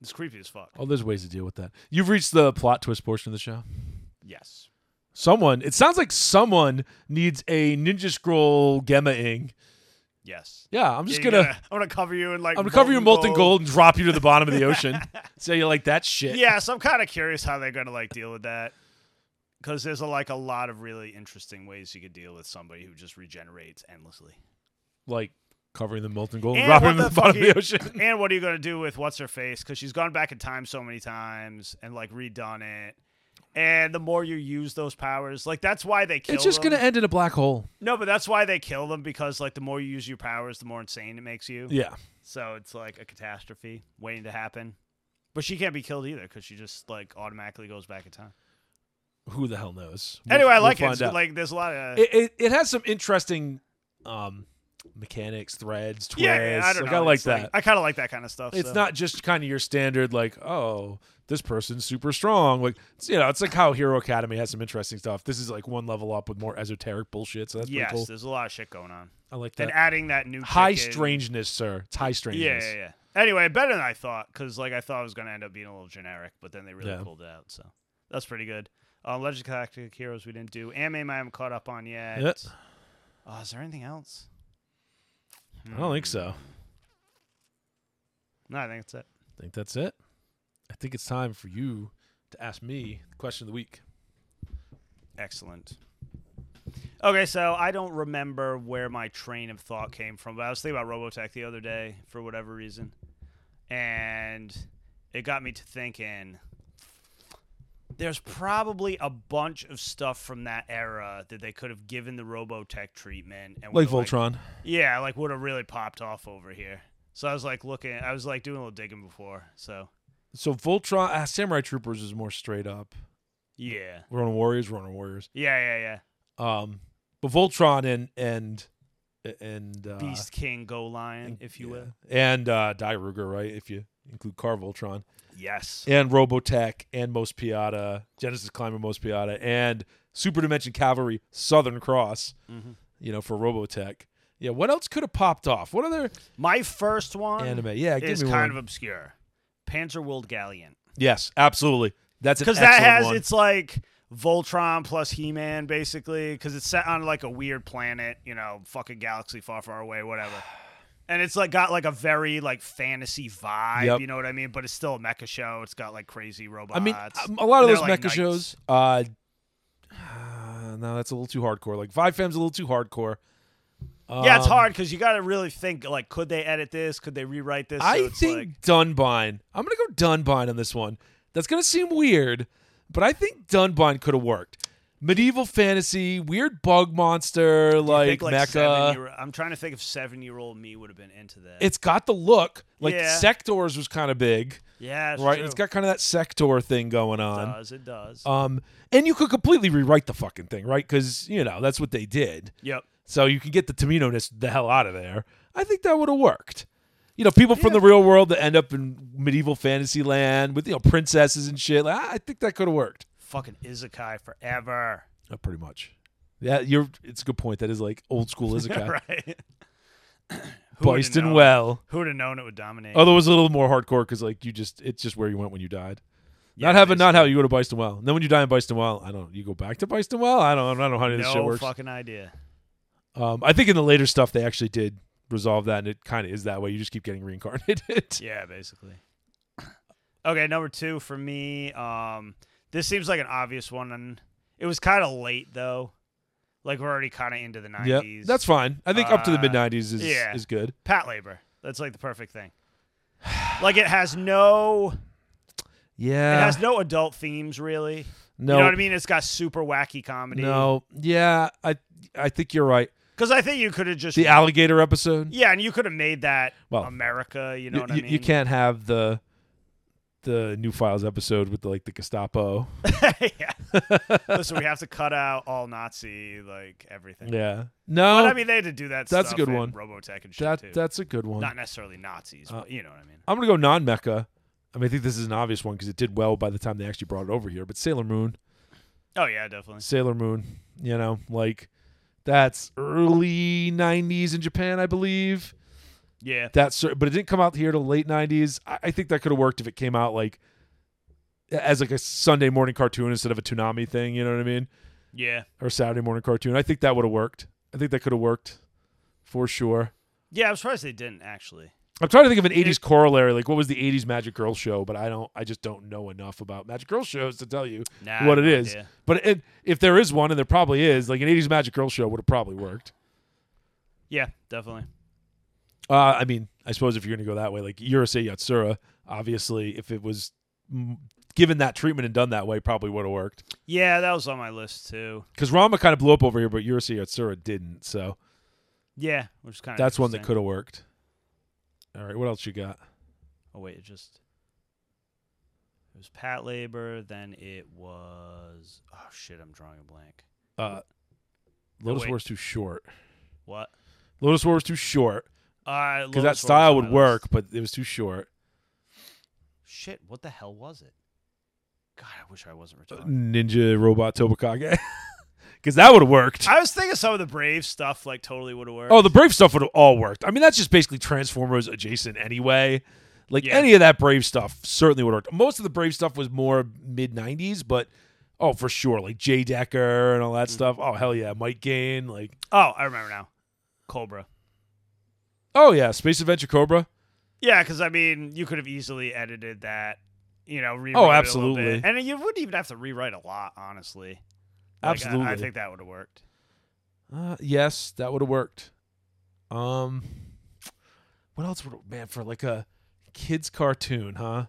It's creepy as fuck.
Oh, there's ways to deal with that. You've reached the plot twist portion of the show.
Yes.
Someone, it sounds like someone needs a Ninja Scroll Gemma Ing.
Yes.
Yeah, I'm
Yeah,
just
you're
gonna,
I'm gonna cover you in like
I'm gonna cover you in molten gold and drop you to the bottom of the ocean. so you like that shit?
Yeah, so I'm kind of curious how they're gonna like deal with that. Because there's a, like a lot of really interesting ways you could deal with somebody who just regenerates endlessly.
Like covering the molten gold and,
And
dropping it
what
in the,
the
bottom of the
fuck
ocean.
and what are you going to do with what's her face because she's gone back in time so many times and like redone it and the more you use those powers like that's why they kill
It's just
them.
gonna end in a black hole.
no but that's why they kill them because like the more you use your powers the more insane it makes you
Yeah.
so it's like a catastrophe waiting to happen but she can't be killed either because she just like automatically goes back in time
Who the hell knows? We'll-
anyway i
we'll
like it
find
It's,
out.
like there's a lot of
it, it, it has some interesting um, mechanics, threads, twists.
yeah, yeah, I don't
like,
know.
I like
It's
that.
I kind of like that kind of stuff.
it's
so.
not just kind of your standard like, oh, this person's super strong. Like it's, you know, it's like how Hero Academy has some interesting stuff. This is like one level up with more esoteric bullshit. So that's
yes,
pretty cool.
there's a lot of shit going on.
I like
Then
that.
adding that new
High
chick in-
strangeness, sir. It's high
Yeah,
strangeness.
yeah, yeah. Anyway, better than I thought because like I thought it was gonna end up being a little generic, but then they really
Yeah.
pulled it out. So that's pretty good. Uh, Legend of Galactic Heroes we didn't do. Anime I haven't caught up on yet.
Yep.
Uh, is there anything else?
I don't think
Hmm.
so.
No, I think that's it.
I think that's it. I think it's time for you to ask me the question of the week.
Excellent. Okay, so I don't remember where my train of thought came from, but I was thinking about Robotech the other day for whatever reason. And it got me to thinking there's probably a bunch of stuff from that era that they could have given the Robotech treatment and
Like
would've,
Voltron.
yeah, like would have really popped off over here. So I was like looking I was like doing a little digging before. So
So Voltron, uh, Samurai Troopers is more straight up.
yeah.
We're on Warriors. We're on Warriors.
Yeah, yeah, yeah.
Um, but Voltron and and and uh,
Beast King Go Lion,
and-
if you
yeah.
will.
and uh, Die Ruger, right? If you include Car Voltron
Yes.
and Robotech and Most Piata, Genesis Climber, Most Piata, and Super Dimension Cavalry, Southern Cross.
Mhm.
You know, for Robotech. Yeah, what else could have popped off? What other
My first one
anime? Yeah, give
is
me
kind
one.
of obscure. Panzerwild Galleon.
yes, absolutely. That's an
Because that
excellent
has,
one.
it's like Voltron plus He Man, basically, because it's set on like a weird planet, you know, fucking galaxy far, far away, whatever. And it's like got like a very like fantasy vibe,
Yep.
you know what I mean? But it's still a mecha show. It's got like crazy
I
robots.
mean, um, a lot of
They're
those
like
mecha
knights.
shows. Uh, uh, no, that's a little too hardcore. Like Five Fem's a little too hardcore.
yeah, it's
Um,
hard because you got to really think like, could they edit this? Could they rewrite this? So
I
it's
think
like,
Dunbine. I'm gonna go Dunbine on this one. That's gonna seem weird, but I think Dunbine could have worked. Medieval fantasy, weird bug monster,
I
like,
think, like
mecha.
seven-year- I'm trying to think if seven year old me would have been into that.
It's got the look. Like
Yeah.
Sectors was kind of big,
yeah, it's
right?
true.
It's got kind of that Sector thing going
It
on.
does. It does.
Um, and you could completely rewrite the fucking thing, right? Because you know that's what they did.
yep.
so you can get the Tamino-ness the hell out of there. I think that would have worked. You know, people from the
Yeah.
real world that end up in medieval fantasy land with you know princesses and shit. Like, I I think that could have worked.
Fucking Izakai forever.
Uh, pretty much. Yeah, you're. It's a good point. That is like old school Izakai.
right. Who would've
Boyston
known?
well.
Who'd have known it would dominate?
Although it was a little more hardcore because like you just it's just where you went when you died.
Yeah,
not having not
basically.
how you go to Byston Well. And then when you die in Byston Well, I don't. You go back to Byston Well. I don't. I don't know how any of this shit
no
works.
fucking idea.
Um, I think in the later stuff they actually did resolve that, and it kind of is that way. You just keep getting reincarnated.
Yeah, basically. okay, number two for me. Um, this seems like an obvious one, and it was kind of late though. Like we're already kind of into the
Yeah,
nineties.
that's fine. I think up to the
Uh,
mid '90s is
yeah.
is good.
Pat labor. That's like the perfect thing. Like it has no, it
Yeah,
has no adult themes really.
no,
You know what I mean? It's got super wacky comedy.
no, yeah. I I think you're right.
because I think you could have just
The alligator episode.
Yeah, and you could have made that
Well,
America. You know
you,
what I
you-
mean?
you can't have the the new files episode with like the Gestapo.
yeah. Listen, we have to cut out all Nazi like everything.
yeah,
But
no,
I mean, they had to do that.
That's a
stuff
good
in
one.
Robotech and shit
that
too.
that's a good one.
Not necessarily Nazis,
Uh,
but you know what I mean.
I'm gonna go non mecha. I mean, I think this is an obvious one because it did well by the time they actually brought it over here. But Sailor Moon,
Oh yeah, definitely.
Sailor Moon, you know, like that's early '90s in Japan, I believe.
Yeah,
that cer- but it didn't come out here till late 90s i, I think that could have worked if it came out like as like a sunday morning cartoon instead of a tsunami thing you know what i mean
yeah,
or saturday morning cartoon i think that would have worked i think that could have worked for sure
yeah. I'm surprised they didn't actually.
i'm trying to think of an 80s corollary like what was the 80s magic girl show but i don't i just don't know enough about magic girl shows to tell you
Nah,
what it
no
is
idea.
but it, if there is one and there probably is like an 80s magic girl show would have probably worked
Yeah, definitely.
Uh, I mean, I suppose if you're going to go that way, like Yurusei Yatsura, obviously, if it was mm, given that treatment and done that way, probably would have worked.
Yeah, that was on my list too.
Because Rama kind of blew up over here, but Yurusei Yatsura didn't. So
Yeah, which is kind of
that's one that could have worked. All right, what else you got?
Oh wait, it just it was Pat Labor. Then it was oh shit, I'm drawing a blank.
Uh, Lotus
wait.
War's too short.
What?
Lotus War was too short
Uh,
because that
Lotus Roar
style
was on
would
my
work,
list.
but it was too short.
Shit, what the hell was it? God, I wish I wasn't
Uh,
retarded.
Ninja Robot Tobakage. Because that would have worked.
I was thinking some of the brave stuff like totally would have worked.
Oh, the Brave stuff would have all worked. I mean, that's just basically Transformers adjacent anyway. Like
Yeah.
any of that Brave stuff certainly would have worked. Most of the Brave stuff was more mid 90s, but oh, for sure. Like Jay Decker and all
Mm.
that stuff. Oh, hell yeah. Mike Gain. Like,
oh, I remember now. Cobra.
oh, yeah. Space Adventure Cobra.
Yeah, because I mean, you could have easily edited that. You know, rewrite It a
absolutely.
little bit. And you wouldn't even have to rewrite a lot, honestly. Like, I-
Absolutely.
I, think that would have worked.
Uh, yes, that would have worked. Um, What else would, man, for like a kid's cartoon, huh?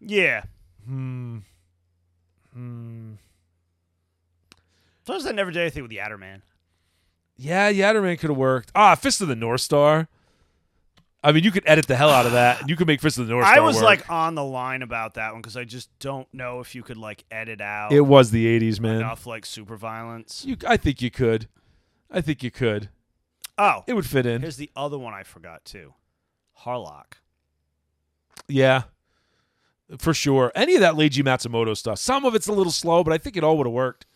Yeah.
Hmm. Hmm.
Sometimes I never did anything with the Adderman.
Yeah, Yatterman could have worked. Ah, Fist of the North Star. I mean, you could edit the hell out of that. and You could make Fist of the North Star.
I was
work.
like on the line about that one because I just don't know if you could like edit out
it was the '80s, man.
oh. enough like super violence.
You, I think you could. I think you could.
Oh,
It would fit in.
here's the other one I forgot too Harlock.
Yeah, for sure. Any of that Leiji Matsumoto stuff. Some of it's a little slow, but I think it all would have worked.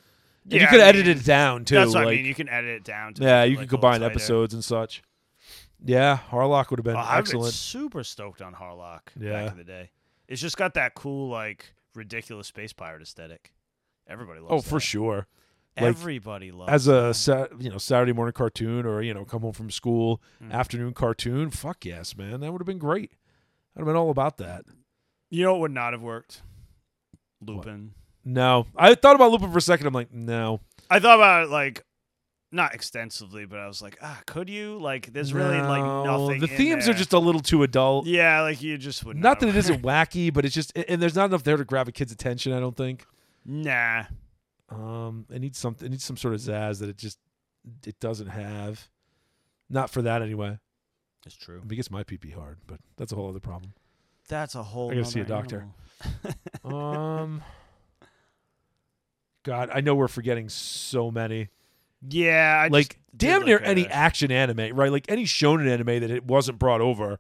And you
Yeah,
could
I
have edited
mean,
it down too.
That's what
like,
I mean. You can edit it down to
yeah,
make it,
you
like,
could
a little
combine
tighter.
episodes and such. Yeah, Harlock would have been
Oh, I've been
excellent.
super stoked on Harlock
Yeah.
back in the day. It's just got that cool, like, ridiculous space pirate aesthetic. Everybody loves
Oh, for
that.
sure. like,
Everybody loves
as a
that.
sa- you know Saturday morning cartoon or you know come home from school
Mm.
afternoon cartoon. Fuck yes, man, that would have been great. I'd have been all about that.
You know what would not have worked? Lupin.
No, I thought about Lupin for a second. I'm like, no,
I thought about it, like, not extensively, but I was like, ah, could you? Like, there's really, like,
No.
nothing.
The
in
themes
there.
are just a little too adult.
Yeah, like, you just would
Not
not.
that it
have-
isn't wacky, but it's just and- and there's not enough there to grab a kid's attention. I don't think.
Nah.
Um, it needs something. It needs some sort of zazz that it just it doesn't have. Not for that anyway.
It's
I
true.
mean, it gets my PP hard, but that's a whole other problem.
That's a whole
I gotta see a
nother
doctor.
animal.
Um, God, I know we're forgetting so many.
Yeah. I just
like
did,
damn
like,
near
a-
any action anime, right? Like any shonen anime that it wasn't brought over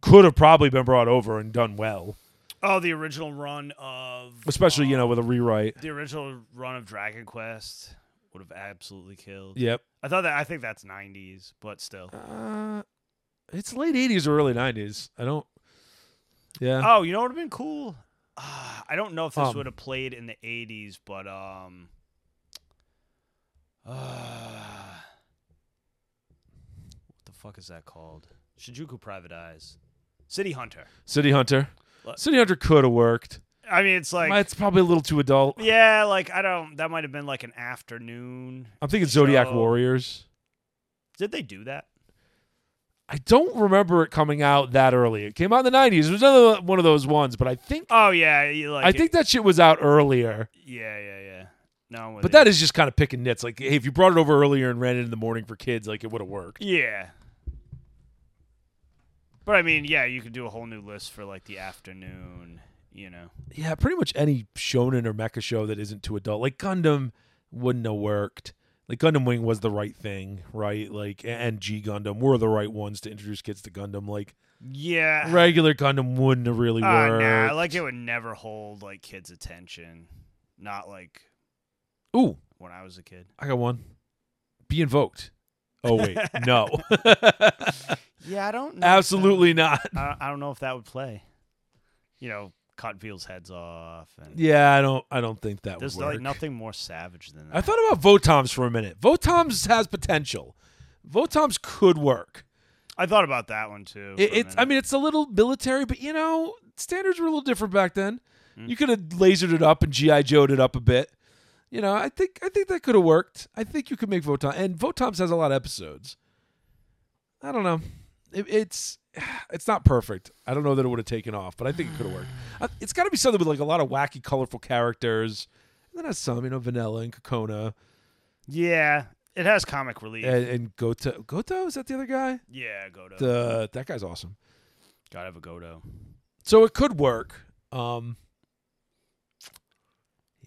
could have probably been brought over and done well,
Oh, the original run of
especially you know
um,
with a rewrite.
the original run of Dragon Quest would have absolutely killed.
Yep,
I thought that I think that's '90s, but still.
uh, it's late '80s or early '90s. I don't. Yeah,
Oh, you know what would have been cool? Ah, I don't know if this
Um,
would have played in the '80s, but um, ah, what the fuck is that called? Shijuku Private Eyes, City Hunter.
City Hunter.
Look.
City Hunter could have worked.
I mean, it's like.
it's probably a little too adult.
yeah, like I don't. That might have been like an afternoon.
I'm thinking Zodiac
So-
Warriors.
Did they do that?
I don't remember it coming out that early. It came out in the 90s. It was another one of those ones, but I think
Oh yeah, you like.
I
it-
think that shit was out earlier.
Yeah, yeah, yeah. No,
But that is just kind of picking nits. Like, hey, if you brought it over earlier and ran it in the morning for kids, like it would have worked.
yeah. But I mean, yeah, you could do a whole new list for like the afternoon, you know.
Yeah, pretty much any shonen or mecha show that isn't too adult, like Gundam, wouldn't have worked. Like Gundam Wing was the right thing, right? Like, a- and G Gundam were the right ones to introduce kids to Gundam. Like, Ah,
Yeah.
regular Gundam wouldn't have really
Uh,
worked.
nah, like it would never hold like kids' attention. Not like
Ooh,
when I was a kid.
I got one. Be invoked. Oh wait, no,
Yeah, I don't. Know
absolutely not.
I, I don't know if that would play. You know, cut people's heads off, and
Yeah, I don't. I don't think that
there's
would work.
like nothing more savage than that.
I thought about Votoms for a minute. Votoms has potential. Votoms could work.
I thought about that one too.
It,
for a
it's, I
minute.
mean, it's a little military, but you know, standards were a little different back then.
Mm.
You could have lasered it up and GI Joe'd it up a bit. You know, I think I think that could have worked. I think you could make Votoms, and Votoms has a lot of episodes. I don't know. it, it's it's not perfect. I don't know that it would have taken off, but I think it could have worked. I- It's got to be something with like a lot of wacky, colorful characters, and then has some, you know, Vanilla and Kokona
Yeah, it has comic relief.
and, and Goto. Goto is that the other guy?
yeah, Godo.
The that guy's awesome.
Gotta have a Godo.
So it could work. Um,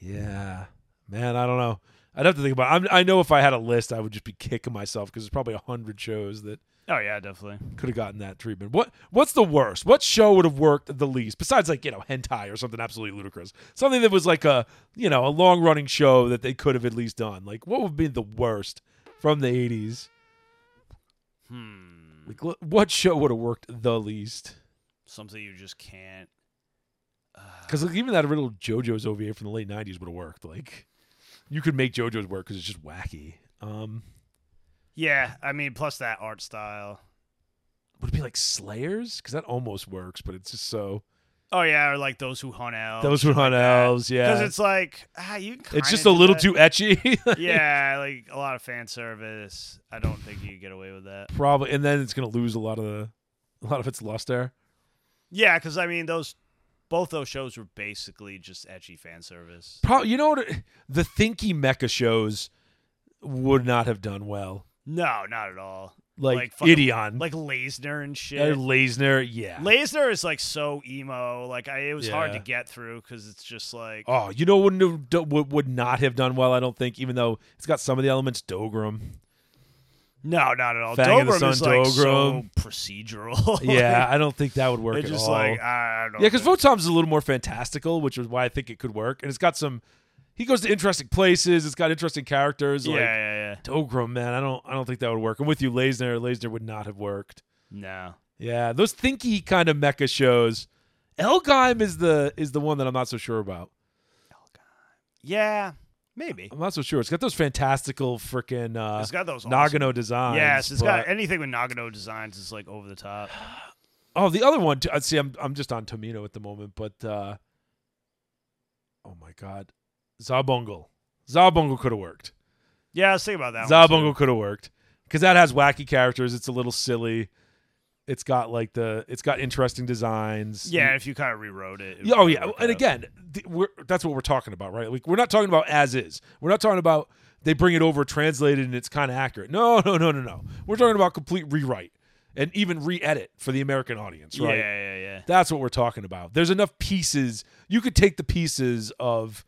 yeah, man, I don't know. I'd have to think about. It. I'm, I know if I had a list, I would just be kicking myself because there's probably a hundred shows that
Oh yeah, definitely.
could have gotten that treatment. What what's the worst? What show would have worked the least besides like you know hentai or something absolutely ludicrous? Something that was like a you know a long running show that they could have at least done. Like what would be the worst from the eighties?
Hmm.
Like wh- what show would have worked the least?
Something you just can't. Uh,
Because like, even that little JoJo's OVA from the late nineties would have worked. Like you could make JoJo's work because it's just wacky. Um,
yeah, I mean, plus that art style.
would it be like Slayers? Because that almost works, but it's just so
Oh yeah, or like those who hunt elves.
those were on elves.
Because
Yeah,
it's like ah, you. Can
it's just a
kinda do
little
that.
too etchy.
yeah, like a lot of fan service. I don't think you get away with that.
probably and then it's going to lose a lot of the a lot of its luster
Yeah, because I mean, those both those shows were basically just etchy fan service.
probably you know what the thinky mecha shows would not have done well
No, not at all.
like,
Like fucking-
idion
Like Lasner and shit.
Uh, lasner yeah
Lasner is like so emo. Like I, it was hard to
Yeah.
get through because it's just like
oh you know wouldn't have do- would, would not have done well i don't think even though it's got some of the elements dogram
no, not at all.
Fang of the
Dobrim is
Sun,
like
Dogrum.
so procedural.
yeah i don't think that would work
like, it's
at
just
all
like I don't.
yeah because
think-
votom's is a little more fantastical which is why i think it could work and it's got some he goes to interesting places it's got interesting characters
yeah,
like
yeah, yeah.
dogram man i don't i don't think that would work and with you lasner lasner would not have worked
No.
Yeah, those thinky kind of mecha shows. Elgheim is the is the one that I'm not so sure about.
Yeah, maybe.
I'm not so sure. It's got those fantastical freaking uh,
it's got those awesome-
Nagano designs.
Yes, it's
but-
got anything with Nagano designs is like over the top.
Oh, the other one. Too, uh, see, I'm I'm just on Tomino at the moment, but uh, oh my god, Zabungle. Zabungle could have worked.
Yeah, let's think about that. one too.
Zabungle could have worked because that has wacky characters. It's a little silly. It's got like the it's got interesting designs.
Yeah, if you kind of rewrote it. it
Yeah,
would
oh yeah,
work
and
out.
again, th- we're, that's what we're talking about, right? Like we're not talking about as is. We're not talking about they bring it over, translate it, and it's kind of accurate. No, no, no, no, no. We're talking about complete rewrite and even re-edit for the American audience,
yeah,
right?
yeah, yeah.
That's what we're talking about. There's enough pieces you could take the pieces of.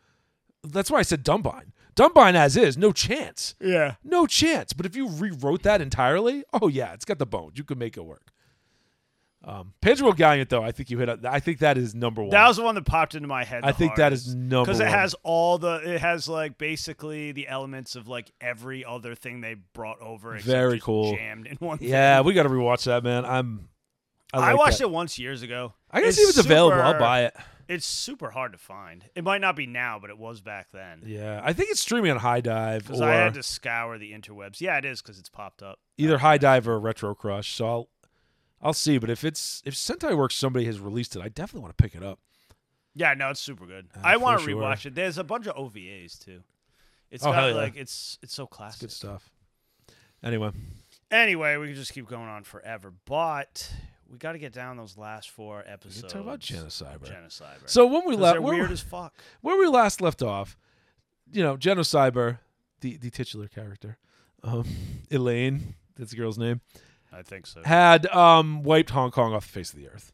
That's why I said Dumbine. Dumbine as is, no chance,
Yeah.
no chance. But if you rewrote that entirely, oh yeah, it's got the bones. You could make it work. Um, Pedro Gallant, though, I think you hit. a- I think that is number one.
That was the one that popped into my head.
I think that is number
because it
one.
has all the it has like basically the elements of like every other thing they brought over. except
Very
just
cool.
Jammed in one. thing.
yeah, we got to rewatch that, man. I'm. I,
I,
like
watched
that.
it once years ago.
I gotta see if it's available. I'll buy it.
It's super hard to find. It might not be now, but it was back then.
Yeah, I think it's streaming on High Dive
Because
or
I had to scour the interwebs. Yeah, it is because it's popped up.
either High Dive or Retro Crush. So I'll, I'll see. But if it's if Sentai Works somebody has released it, I definitely want to pick it up.
Yeah, no, it's super good.
Uh,
I
for
want to
sure.
rewatch it. There's a bunch of OVAs too. It's
Oh, hell
got
yeah.
like it's it's so classic.
Good stuff. Anyway,
Anyway, we can just keep going on forever, but we got to get down those last four
we
episodes.
can talk about Genocide.
Genocide.
So uh, when we left,
they're
where,
weird as fuck.
where we last left off, you know, Genocyber, the the titular character, um, Elaine, that's the girl's name.
I think so.
had um, wiped Hong Kong off the face of the earth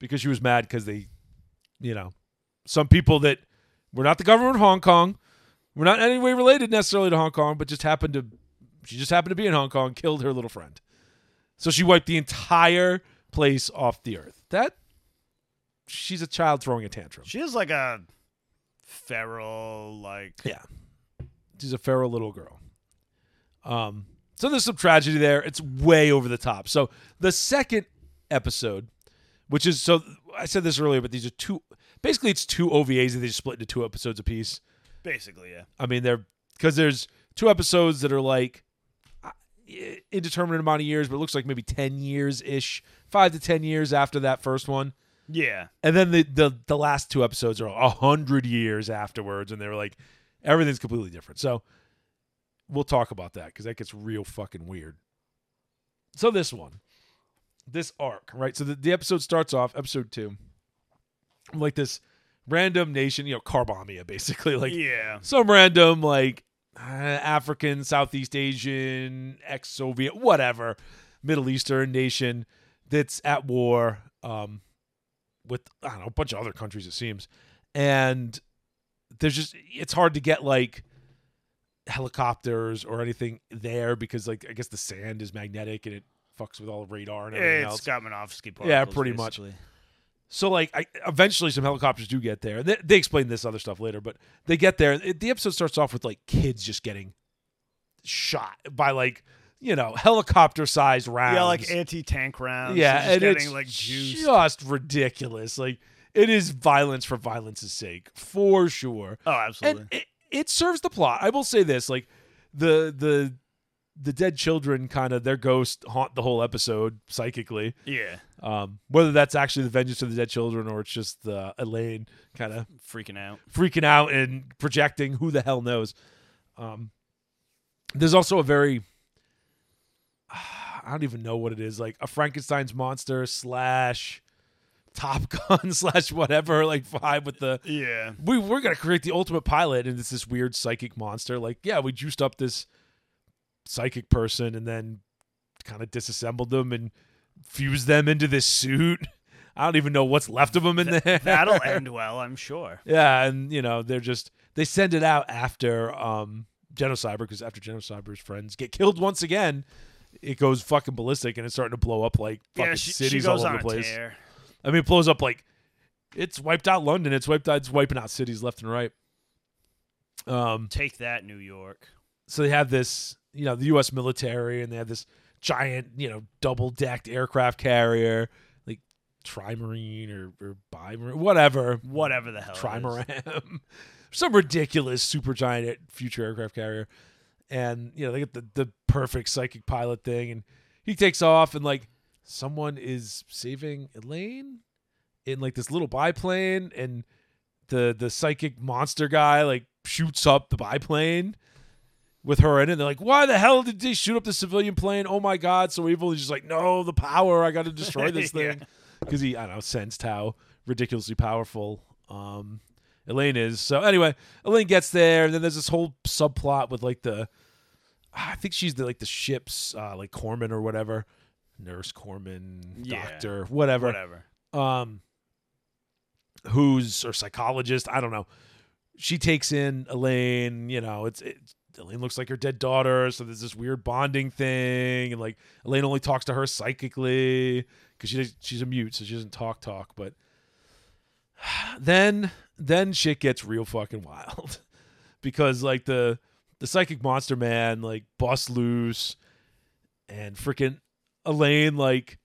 because she was mad because they, you know, some people that were not the government of Hong Kong, were not in any way related necessarily to Hong Kong, but just happened to, she just happened to be in Hong Kong, killed her little friend. So she wiped the entire place off the earth. That, she's a child throwing a tantrum.
She is like a feral, like
Yeah. She's a feral little girl. Um, so there's some tragedy there. It's way over the top. So the second episode, which is so I said this earlier, but these are two basically it's two OVAs that they just split into two episodes apiece.
basically, yeah.
I mean, they're because there's two episodes that are like uh, indeterminate amount of years, but it looks like maybe ten years ish, five to ten years after that first one.
Yeah.
And then the the, the last two episodes are a hundred years afterwards, and they were like, everything's completely different. So we'll talk about that because that gets real fucking weird. So this one, this arc, right? So the, the episode starts off, episode two, like this random nation, you know, Carbamia, basically, like
yeah.
some random like uh, African, Southeast Asian, ex-Soviet, whatever, Middle Eastern nation that's at war um, with I don't know a bunch of other countries. It seems, and there's just it's hard to get like helicopters or anything there because like I guess the sand is magnetic and it fucks with all the radar and everything
It's
else.
got Minovsky particles.
Yeah, pretty much.
basically.
So like, I, eventually some helicopters do get there. They, they explain this other stuff later, but they get there. It- the episode starts off with like kids just getting shot by like you know helicopter sized rounds.
Yeah, like anti tank rounds.
yeah,
You're just
and
getting
it's
like juice.
just ridiculous. Like it is violence for violence's sake for sure.
Oh, absolutely.
And it, it serves the plot. I will say this: like the the the dead children kind of their ghosts haunt the whole episode psychically.
yeah,
Um, whether that's actually the vengeance of the dead children or it's just uh, Elaine kind of
freaking out.
freaking out and projecting, who the hell knows. Um, there's also a very, I don't even know what it is, like a Frankenstein's monster slash Top Gun slash whatever, like vibe with the
Yeah,
we we're gonna create the ultimate pilot, and it's this weird psychic monster. Like, yeah, we juiced up this psychic person, and then kind of disassembled them and fused them into this suit. I don't even know what's left of them in there.
that'll end well, I'm sure.
Yeah, and you know they're just they send it out after um Genocyber because after Genocyber's friends get killed once again, it goes fucking ballistic and it's starting to blow up like fucking
yeah, she,
cities
she goes
all
on
over the
a
place.
tear.
I mean, it blows up like it's wiped out London. It's wiped out. It's wiping out cities left and right. Um,
Take that, New York.
so they have this, you know, the U.S. military, and they have this giant, you know, double-decked aircraft carrier, like trimarine or or bimarine, whatever,
Whatever the hell. it is.
trimaran, some ridiculous super giant future aircraft carrier, and you know they get the the perfect psychic pilot thing, and he takes off, and like someone is saving Elaine in like this little biplane, and the the psychic monster guy like shoots up the biplane with her in it. They're like, why the hell did they shoot up the civilian plane? Oh my god, so evil. He's just like, no, the power. I got to destroy this
Yeah.
thing because he I don't know sensed how ridiculously powerful um Elaine is. So anyway, Elaine gets there, and then there's this whole subplot with like the I think she's the like the ship's uh, like Corman or whatever. Nurse Corman,
Yeah.
doctor, whatever
Whatever.
um who's or psychologist i don't know she takes in elaine you know it's it, elaine looks like her dead daughter so there's this weird bonding thing and like elaine only talks to her psychically because she, she's a mute so she doesn't talk talk but then then shit gets real fucking wild because like the the psychic monster man like busts loose and freaking elaine like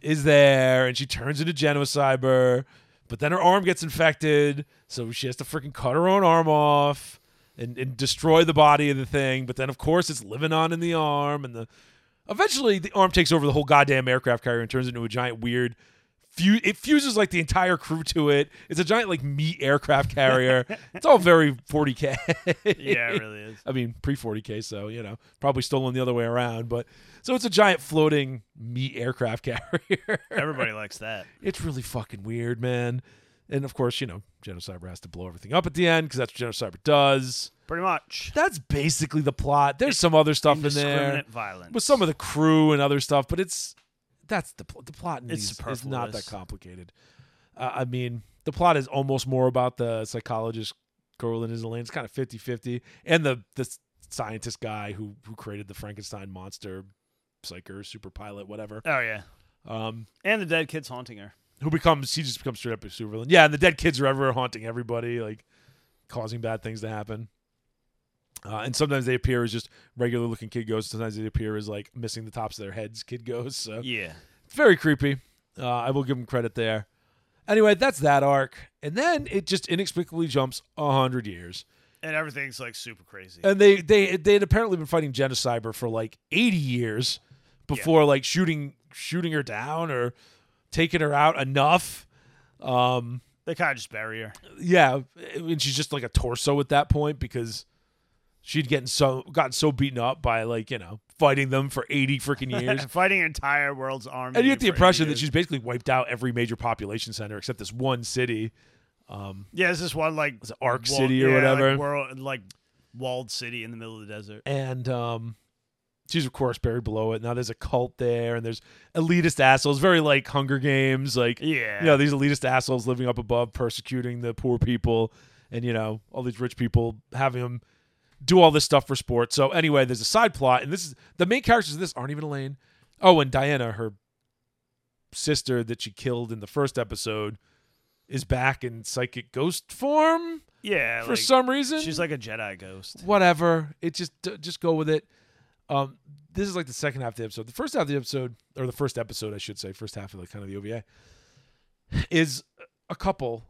is there and she turns into Genocyber, but then her arm gets infected, so she has to freaking cut her own arm off and, and destroy the body of the thing. But then, of course, it's living on in the arm, and the eventually the arm takes over the whole goddamn aircraft carrier and turns into a giant weird. Fu- it fuses like the entire crew to it. It's a giant like meat aircraft carrier. it's all very 40k.
Yeah, it really is.
I mean, pre 40K, so, you know, probably stolen the other way around. But so it's a giant floating meat aircraft carrier.
Everybody likes that.
it's really fucking weird, man. And of course, you know, Genocyber has to blow everything up at the end because that's what Genocyber does.
Pretty much.
That's basically the plot. There's some other stuff in there
Indiscriminate violence.
with some of the crew and other stuff, but it's that's the pl- the plot in
It's
these is not that
superfluous.
complicated. Uh, I mean, the plot is almost more about the psychologist Corwin is Elaine. It's kind of 50-50. and the the s- scientist guy who who created the Frankenstein monster, psycher, super pilot, whatever.
Oh yeah,
Um,
and the dead kid's haunting her.
who becomes he just becomes straight up a supervillain. Yeah, and the dead kids are everywhere haunting everybody, like causing bad things to happen. Uh, and sometimes they appear as just regular looking kid ghosts. Sometimes they appear as like missing the tops of their heads, kid ghosts. So
Yeah.
very creepy. Uh, I will give him credit there. Anyway, that's that arc, and then it just inexplicably jumps a hundred years,
And everything's like super crazy.
and they they they had apparently been fighting Genocyber for like eighty years before like shooting shooting her down or taking her out enough. Um,
they kind of just bury her.
yeah, and she's just like a torso at that point because she'd gotten so gotten so beaten up by like you know fighting them for 80 freaking years.
Fighting an entire world's army.
and you get the
for
impression
eight
that
years.
she's basically wiped out every major population center except this one city.
yeah, it's this one like
Was it Ark
walled-
City or
yeah,
whatever?
like, world, like walled city in the middle of the desert.
And um, she's, of course, buried below it. Now there's a cult there, and there's elitist assholes, very like Hunger Games. Like,
Yeah,
you know, these elitist assholes living up above, persecuting the poor people, and, you know, all these rich people having them do all this stuff for sport. So, anyway, there's a side plot, and this is the main characters of this aren't even Elaine. Oh, and Diana, her sister that she killed in the first episode, is back in psychic ghost form.
yeah.
for
like,
some reason.
she's like a Jedi ghost.
whatever. It just d- just go with it. Um, this is like the second half of the episode. The first half of the episode, or the first episode, I should say, first half of the kind of the OVA, is a couple,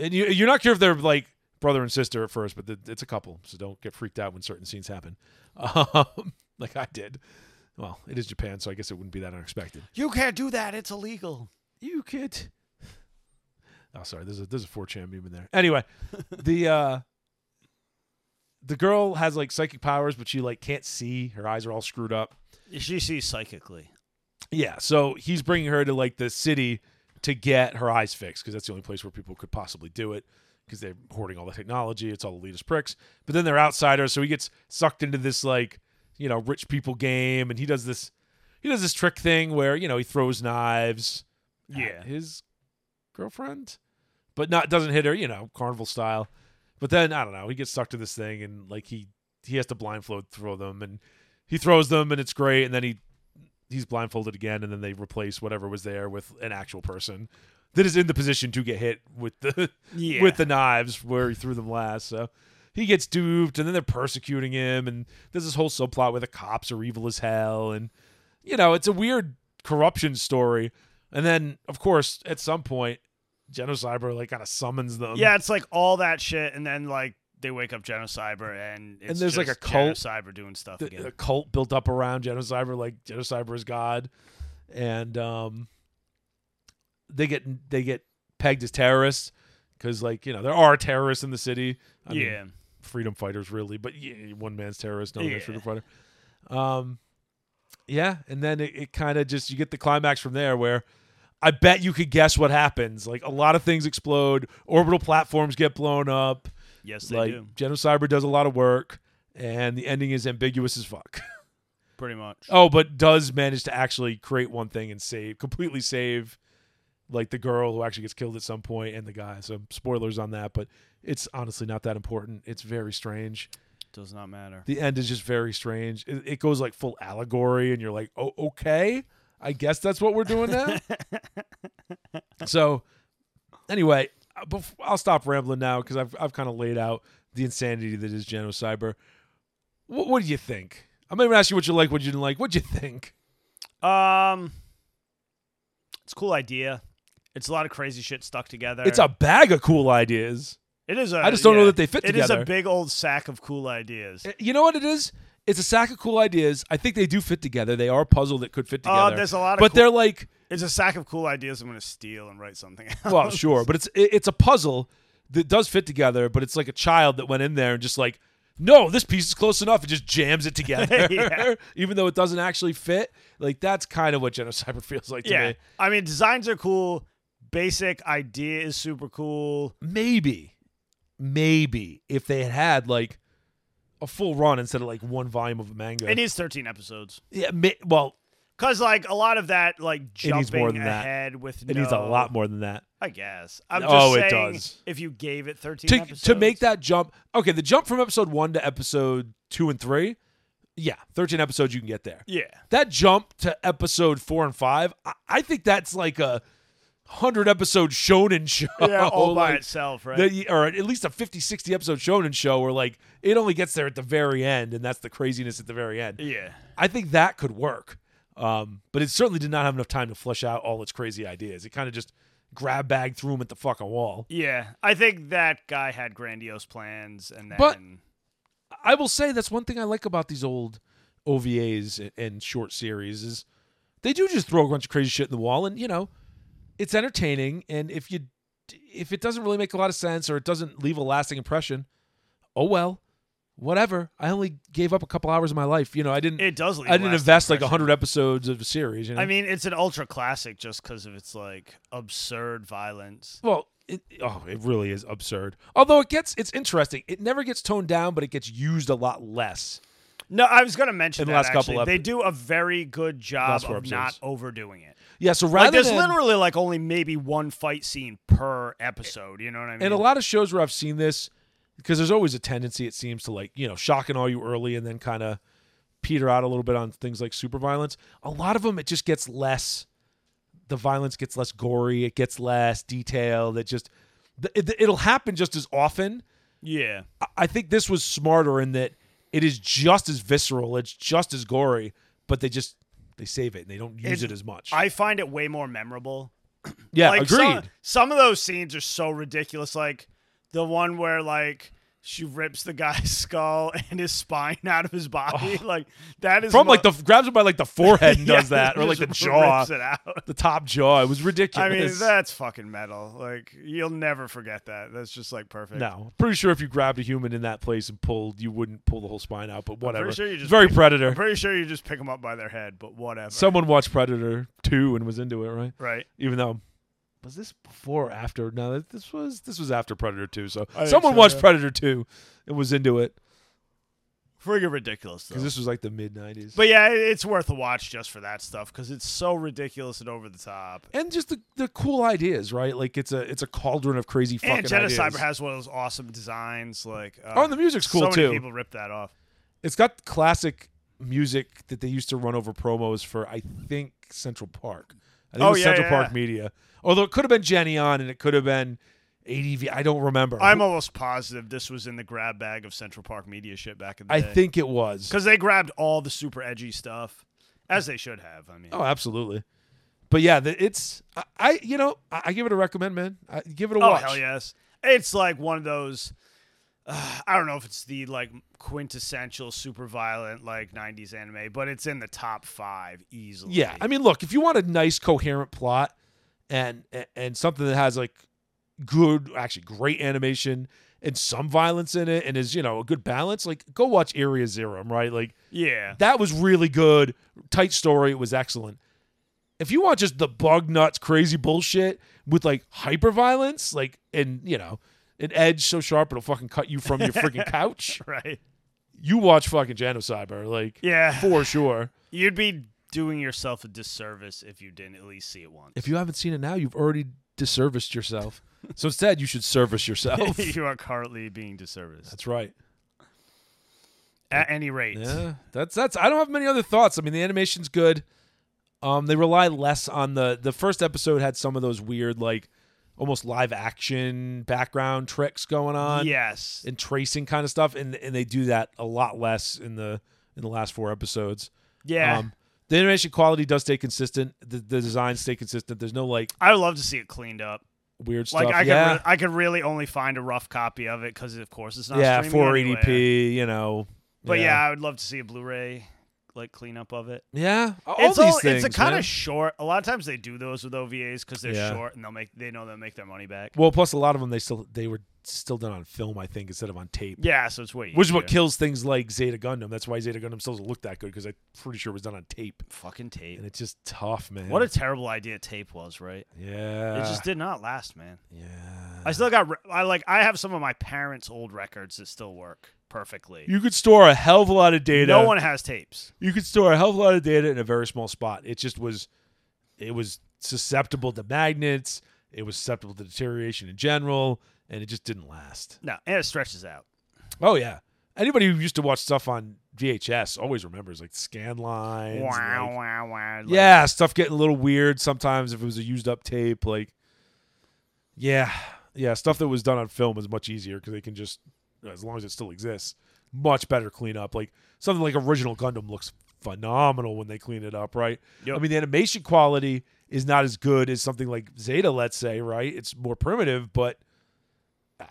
and you you're not sure if they're like brother and sister at first, but the, it's a couple, so don't get freaked out when certain scenes happen, um, like I did. Well, it is Japan, so I guess it wouldn't be that unexpected.
You can't do that. It's illegal.
You kid. Oh, sorry. There's a there's a four chan meme in there. Anyway, the uh the girl has like psychic powers, but she like can't see. Her eyes are all screwed up.
She sees psychically.
Yeah. So he's bringing her to like the city to get her eyes fixed because that's the only place where people could possibly do it because they're hoarding all the technology. It's all elitist pricks. But then they're outsiders, so he gets sucked into this like you know rich people game, and he does this he does this trick thing where you know he throws knives at
Yeah.
his girlfriend, but not doesn't hit her. You know, carnival style. But then I don't know. He gets sucked to this thing, and like he he has to blindfold throw them, and he throws them, and it's great. And then he he's blindfolded again, and then they replace whatever was there with an actual person that is in the position to get hit with the
Yeah.
with the knives where he threw them last. So he gets duped, and then they're persecuting him, and there's this whole subplot where the cops are evil as hell, and you know it's a weird corruption story. And then, of course, at some point, Genocyber like kind of summons them.
yeah, it's like all that shit, and then like they wake up Genocyber, and it's
there's, like,
just
a cult-
Genocyber doing stuff
the, uh,
again.
the cult built up around Genocyber, like Genocyber is God, and um, they get they get pegged as terrorists because like you know there are terrorists in the city. I mean,
yeah,
freedom fighters really, but yeah, one man's terrorist, another man's
Yeah.
freedom fighter. Um, yeah, and then it, it kind of just you get the climax from there where I bet you could guess what happens. Like a lot of things explode, orbital platforms get blown up.
yes, they
Like
do
Genocyber does a lot of work, and the ending is ambiguous as fuck.
pretty much.
Oh, but does manage to actually create one thing and save completely save like the girl who actually gets killed at some point and the guy. So spoilers on that, but it's honestly not that important. It's very strange.
Does not matter.
The end is just very strange. It, it goes like full allegory and you're like, "Oh, okay. I guess that's what we're doing now." so anyway, uh, bef- I'll stop rambling now cuz I've I've kind of laid out the insanity that is Genocyber. What what do you think? I'm not even asking you what you like, what you didn't like. What'd you think?
Um, it's a cool idea. It's a lot of crazy shit stuck together.
It's a bag of cool ideas.
It is a.
I just don't know
yeah.
that they fit
It is a
together.
big old sack of cool ideas.
Uh, You know what it is? It's a sack of cool ideas. I think they do fit together. They are a puzzle that could fit
Oh,
together.
there's a lot of.
but
cool-
they're like,
it's a sack of cool ideas. I'm gonna steal and write something. Else.
well, sure, but it's it- it's a puzzle that does fit together. But it's like a child that went in there and just like, no, this piece is close enough. It just jams it together,
Yeah.
even though it doesn't actually fit. Like that's kind of what Genocyber feels like to
yeah.
me.
I mean, designs are cool. Basic idea is super cool.
Maybe, maybe if they had had like a full run instead of like one volume of manga.
It needs 13 episodes.
yeah, ma- well,
Cause like a lot of that, like
It needs
jumping
more than that.
ahead with
it needs a lot more than that.
I guess. I'm just
Oh, it
saying
does.
If you gave it 13
to,
episodes
to make that jump okay the jump from episode one to episode two and three yeah 13 episodes you can get there
yeah,
that jump to episode four and five i, I think that's like a 100 episode shonen show
yeah, all
Oh,
by
like,
itself, right?
that you- or at least a 50 60 episode shonen show where like it only gets there at the very end and that's the craziness at the very end
yeah,
I think that could work. Um, but it certainly did not have enough time to flesh out all its crazy ideas. It kind of just grab bag threw him at the fucking wall.
yeah. I think that guy had grandiose plans, and then
But- I will say that's one thing I like about these old OVAs and, and short series is they do just throw a bunch of crazy shit in the wall, and you know, it's entertaining. And if you if it doesn't really make a lot of sense or it doesn't leave a lasting impression, oh well. whatever. I only gave up a couple hours of my life. You know, I didn't.
It does. leave
I didn't
lasting
invest like
impression.
hundred episodes of a series. You know?
I mean, it's an ultra classic just because of its like absurd violence.
well, it, oh, it really is absurd. Although it gets, it's interesting. It never gets toned down, but it gets used a lot less.
No, I was gonna mention
In the
that
last couple
actually. They
epi-
do a very good job
Last four
of not
episodes.
overdoing it.
Yeah. So
Like,
rather
there's
than
literally like only maybe one fight scene per episode. You know what I mean?
and a lot of shows where I've seen this, because there's always a tendency, it seems, to like you know shock and awe you early, and then kind of peter out a little bit on things like super violence. A lot of them, it just gets less. The violence gets less gory. It gets less detailed. It just th- it, it'll happen just as often.
yeah.
I- I think this was smarter in that it is just as visceral. It's just as gory, but they just they save it and they don't use it,
It-
as much.
I find it way more memorable.
yeah,
like
agreed.
Some, some of those scenes are so ridiculous. Like the one where like she rips the guy's skull and his spine out of his body. Like that is
Oh. From
mo-
like the grabs it by like the forehead and
Yeah,
does that, or like the
just
jaw.
rips it out.
the top jaw. It was
I
ridiculous.
mean, that's fucking metal. Like you'll never forget that. That's just like perfect.
no, pretty sure if you grabbed a human in that place and pulled, you wouldn't pull the whole spine out. But whatever.
sure you just
Very
pick-
predator.
I'm pretty sure you just pick them up by their head, but whatever.
Someone watched Predator Two and was into it, right?
right?
Even though was this before or after? No, this was this was after Predator Two. So
I think
someone
so,
watched
yeah.
Predator Two and was into it
Friggin' ridiculous. Though.
because this was like the mid '90s.
but yeah, it- it's worth a watch just for that stuff because it's so ridiculous and over the top.
and just the, the cool ideas, right? Like it's a it's a cauldron of crazy fucking
And Jedi
ideas.
Cyber has one of those awesome designs. Like, uh,
oh, and the music's cool
so
too.
many people ripped that off.
It's got classic music that they used to run over promos for, I think, Central Park. I think
Oh,
it was
yeah,
Central
yeah,
Park
yeah.
Media. Although it could have been Jenny on and it could have been ADV. I don't remember.
I'm almost positive this was in the grab bag of Central Park media shit back in the
I
day.
think it was.
because they grabbed all the super edgy stuff, as they should have. I mean,
Oh, absolutely. But yeah, the, it's I, I you know I, I give it a recommend, man. I, give it a
Oh
watch.
hell yes! It's like one of those. Uh, I don't know if it's the like quintessential super violent like '90s anime, but it's in the top five easily.
Yeah, I mean, look, if you want a nice coherent plot and and, and something that has like good, actually great animation and some violence in it, and is you know a good balance, like go watch Area Zerum, right? Like
yeah,
that was really good, tight story, it was excellent. If you want just the bug nuts, crazy bullshit with like hyper violence, like and you know an edge so sharp it'll fucking cut you from your freaking couch,
right.
you watch fucking Genocyber, like
Yeah,
for sure.
you'd be doing yourself a disservice if you didn't at least see it once.
if you haven't seen it now, you've already disserviced yourself. so instead, you should service yourself.
you are currently being disserviced.
that's right.
At any rate,
Yeah, that's that's. I don't have many other thoughts. I mean, the animation's good. Um, they rely less on the the first episode had some of those weird like almost live action background tricks going on
yes,
and tracing kind of stuff, and and they do that a lot less in the in the last four episodes.
yeah.
Um, the animation quality does stay consistent. The, the designs stay consistent. There's no like
I would love to see it cleaned up.
weird stuff.
Like I could,
yeah.
re- I could really only find a rough copy of it because, of course, it's not.
yeah,
streaming
480p.
anywhere.
You know,
But yeah. I would love to see a Blu-ray like cleanup of it.
yeah, all these
it's all,
things.
it's a kind
man.
of short. A lot of times they do those with OVAs because they're
Yeah.
short and they'll make they know they'll make their money back.
well, plus a lot of them they still they were still done on film, I think, instead of on tape,
yeah, so it's way
which is what
easier.
kills things like Zeta Gundam. That's why Zeta Gundam still doesn't look that good because I'm pretty sure it was done on tape,
fucking
and
tape.
it's just tough, man.
What a terrible idea tape was, right?
yeah,
it just did not last, man.
Ah. yeah.
I still got re- I like I have some of my parents' old records that still work perfectly.
you could store a hell of a lot of data.
no one has tapes.
you could store a hell of a lot of data in a very small spot. It just was, it was susceptible to magnets. It was susceptible to deterioration in general, and it just didn't last.
No, and it stretches out.
Oh yeah. Anybody who used to watch stuff on VHS always remembers like scan lines.
Wow,
like-
wow, wow. like-
yeah, stuff getting a little weird sometimes if it was a used up tape. Like, yeah, yeah, stuff that was done on film is much easier because they can just, as long as it still exists, much better cleanup. Like something like original Gundam looks phenomenal when they clean it up, right?
Yep.
I mean, the animation quality is not as good as something like Zeta, let's say, right? It's more primitive, but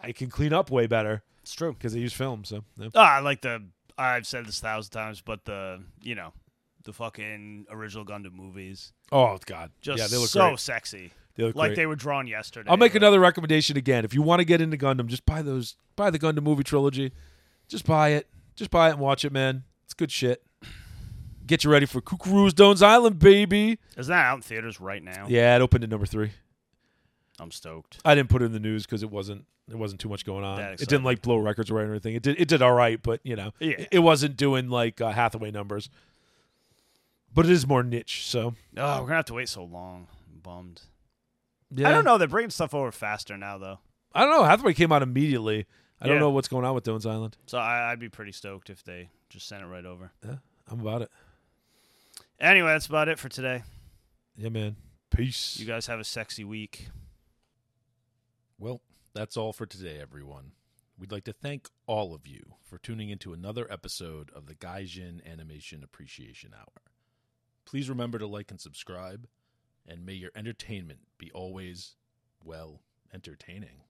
I can clean up way better
it's true.
because they use film. So. yeah.
Ah, I like the I've said this a thousand times, but the you know the fucking original Gundam movies
Oh God,
just
yeah, they look
so
great.
sexy,
They look
like
great.
they were drawn yesterday.
I'll make
Like,
another recommendation again. If you want to get into Gundam, just buy those, buy the Gundam movie trilogy. Just buy it. Just buy it and watch it, man. It's good shit. Get you ready for Kukuru's Dones Island, baby.
Is that out in theaters right now?
Yeah, it opened at number three.
I'm stoked.
I didn't put it in the news because it wasn't there wasn't too much going on.
That
It didn't like blow records away or anything. It did it did all right, but you know,
Yeah.
it, it wasn't doing like uh, Hathaway numbers. But it is more niche, so
Oh, we're gonna have to wait so long. I'm bummed.
yeah.
I don't know. They're bringing stuff over faster now, though.
I don't know. Hathaway came out immediately. I don't
Yeah.
know what's going on with Dones Island.
So I, I'd be pretty stoked if they just sent it right over.
Yeah, I'm about it.
Anyway, that's about it for today.
Yeah, man. Peace.
You guys have a sexy week.
well,
That's all for today, everyone. We'd like to thank all of you for tuning into another episode of the Gaijin Animation Appreciation Hour. Please remember to like and subscribe, and may your entertainment be always, well, entertaining.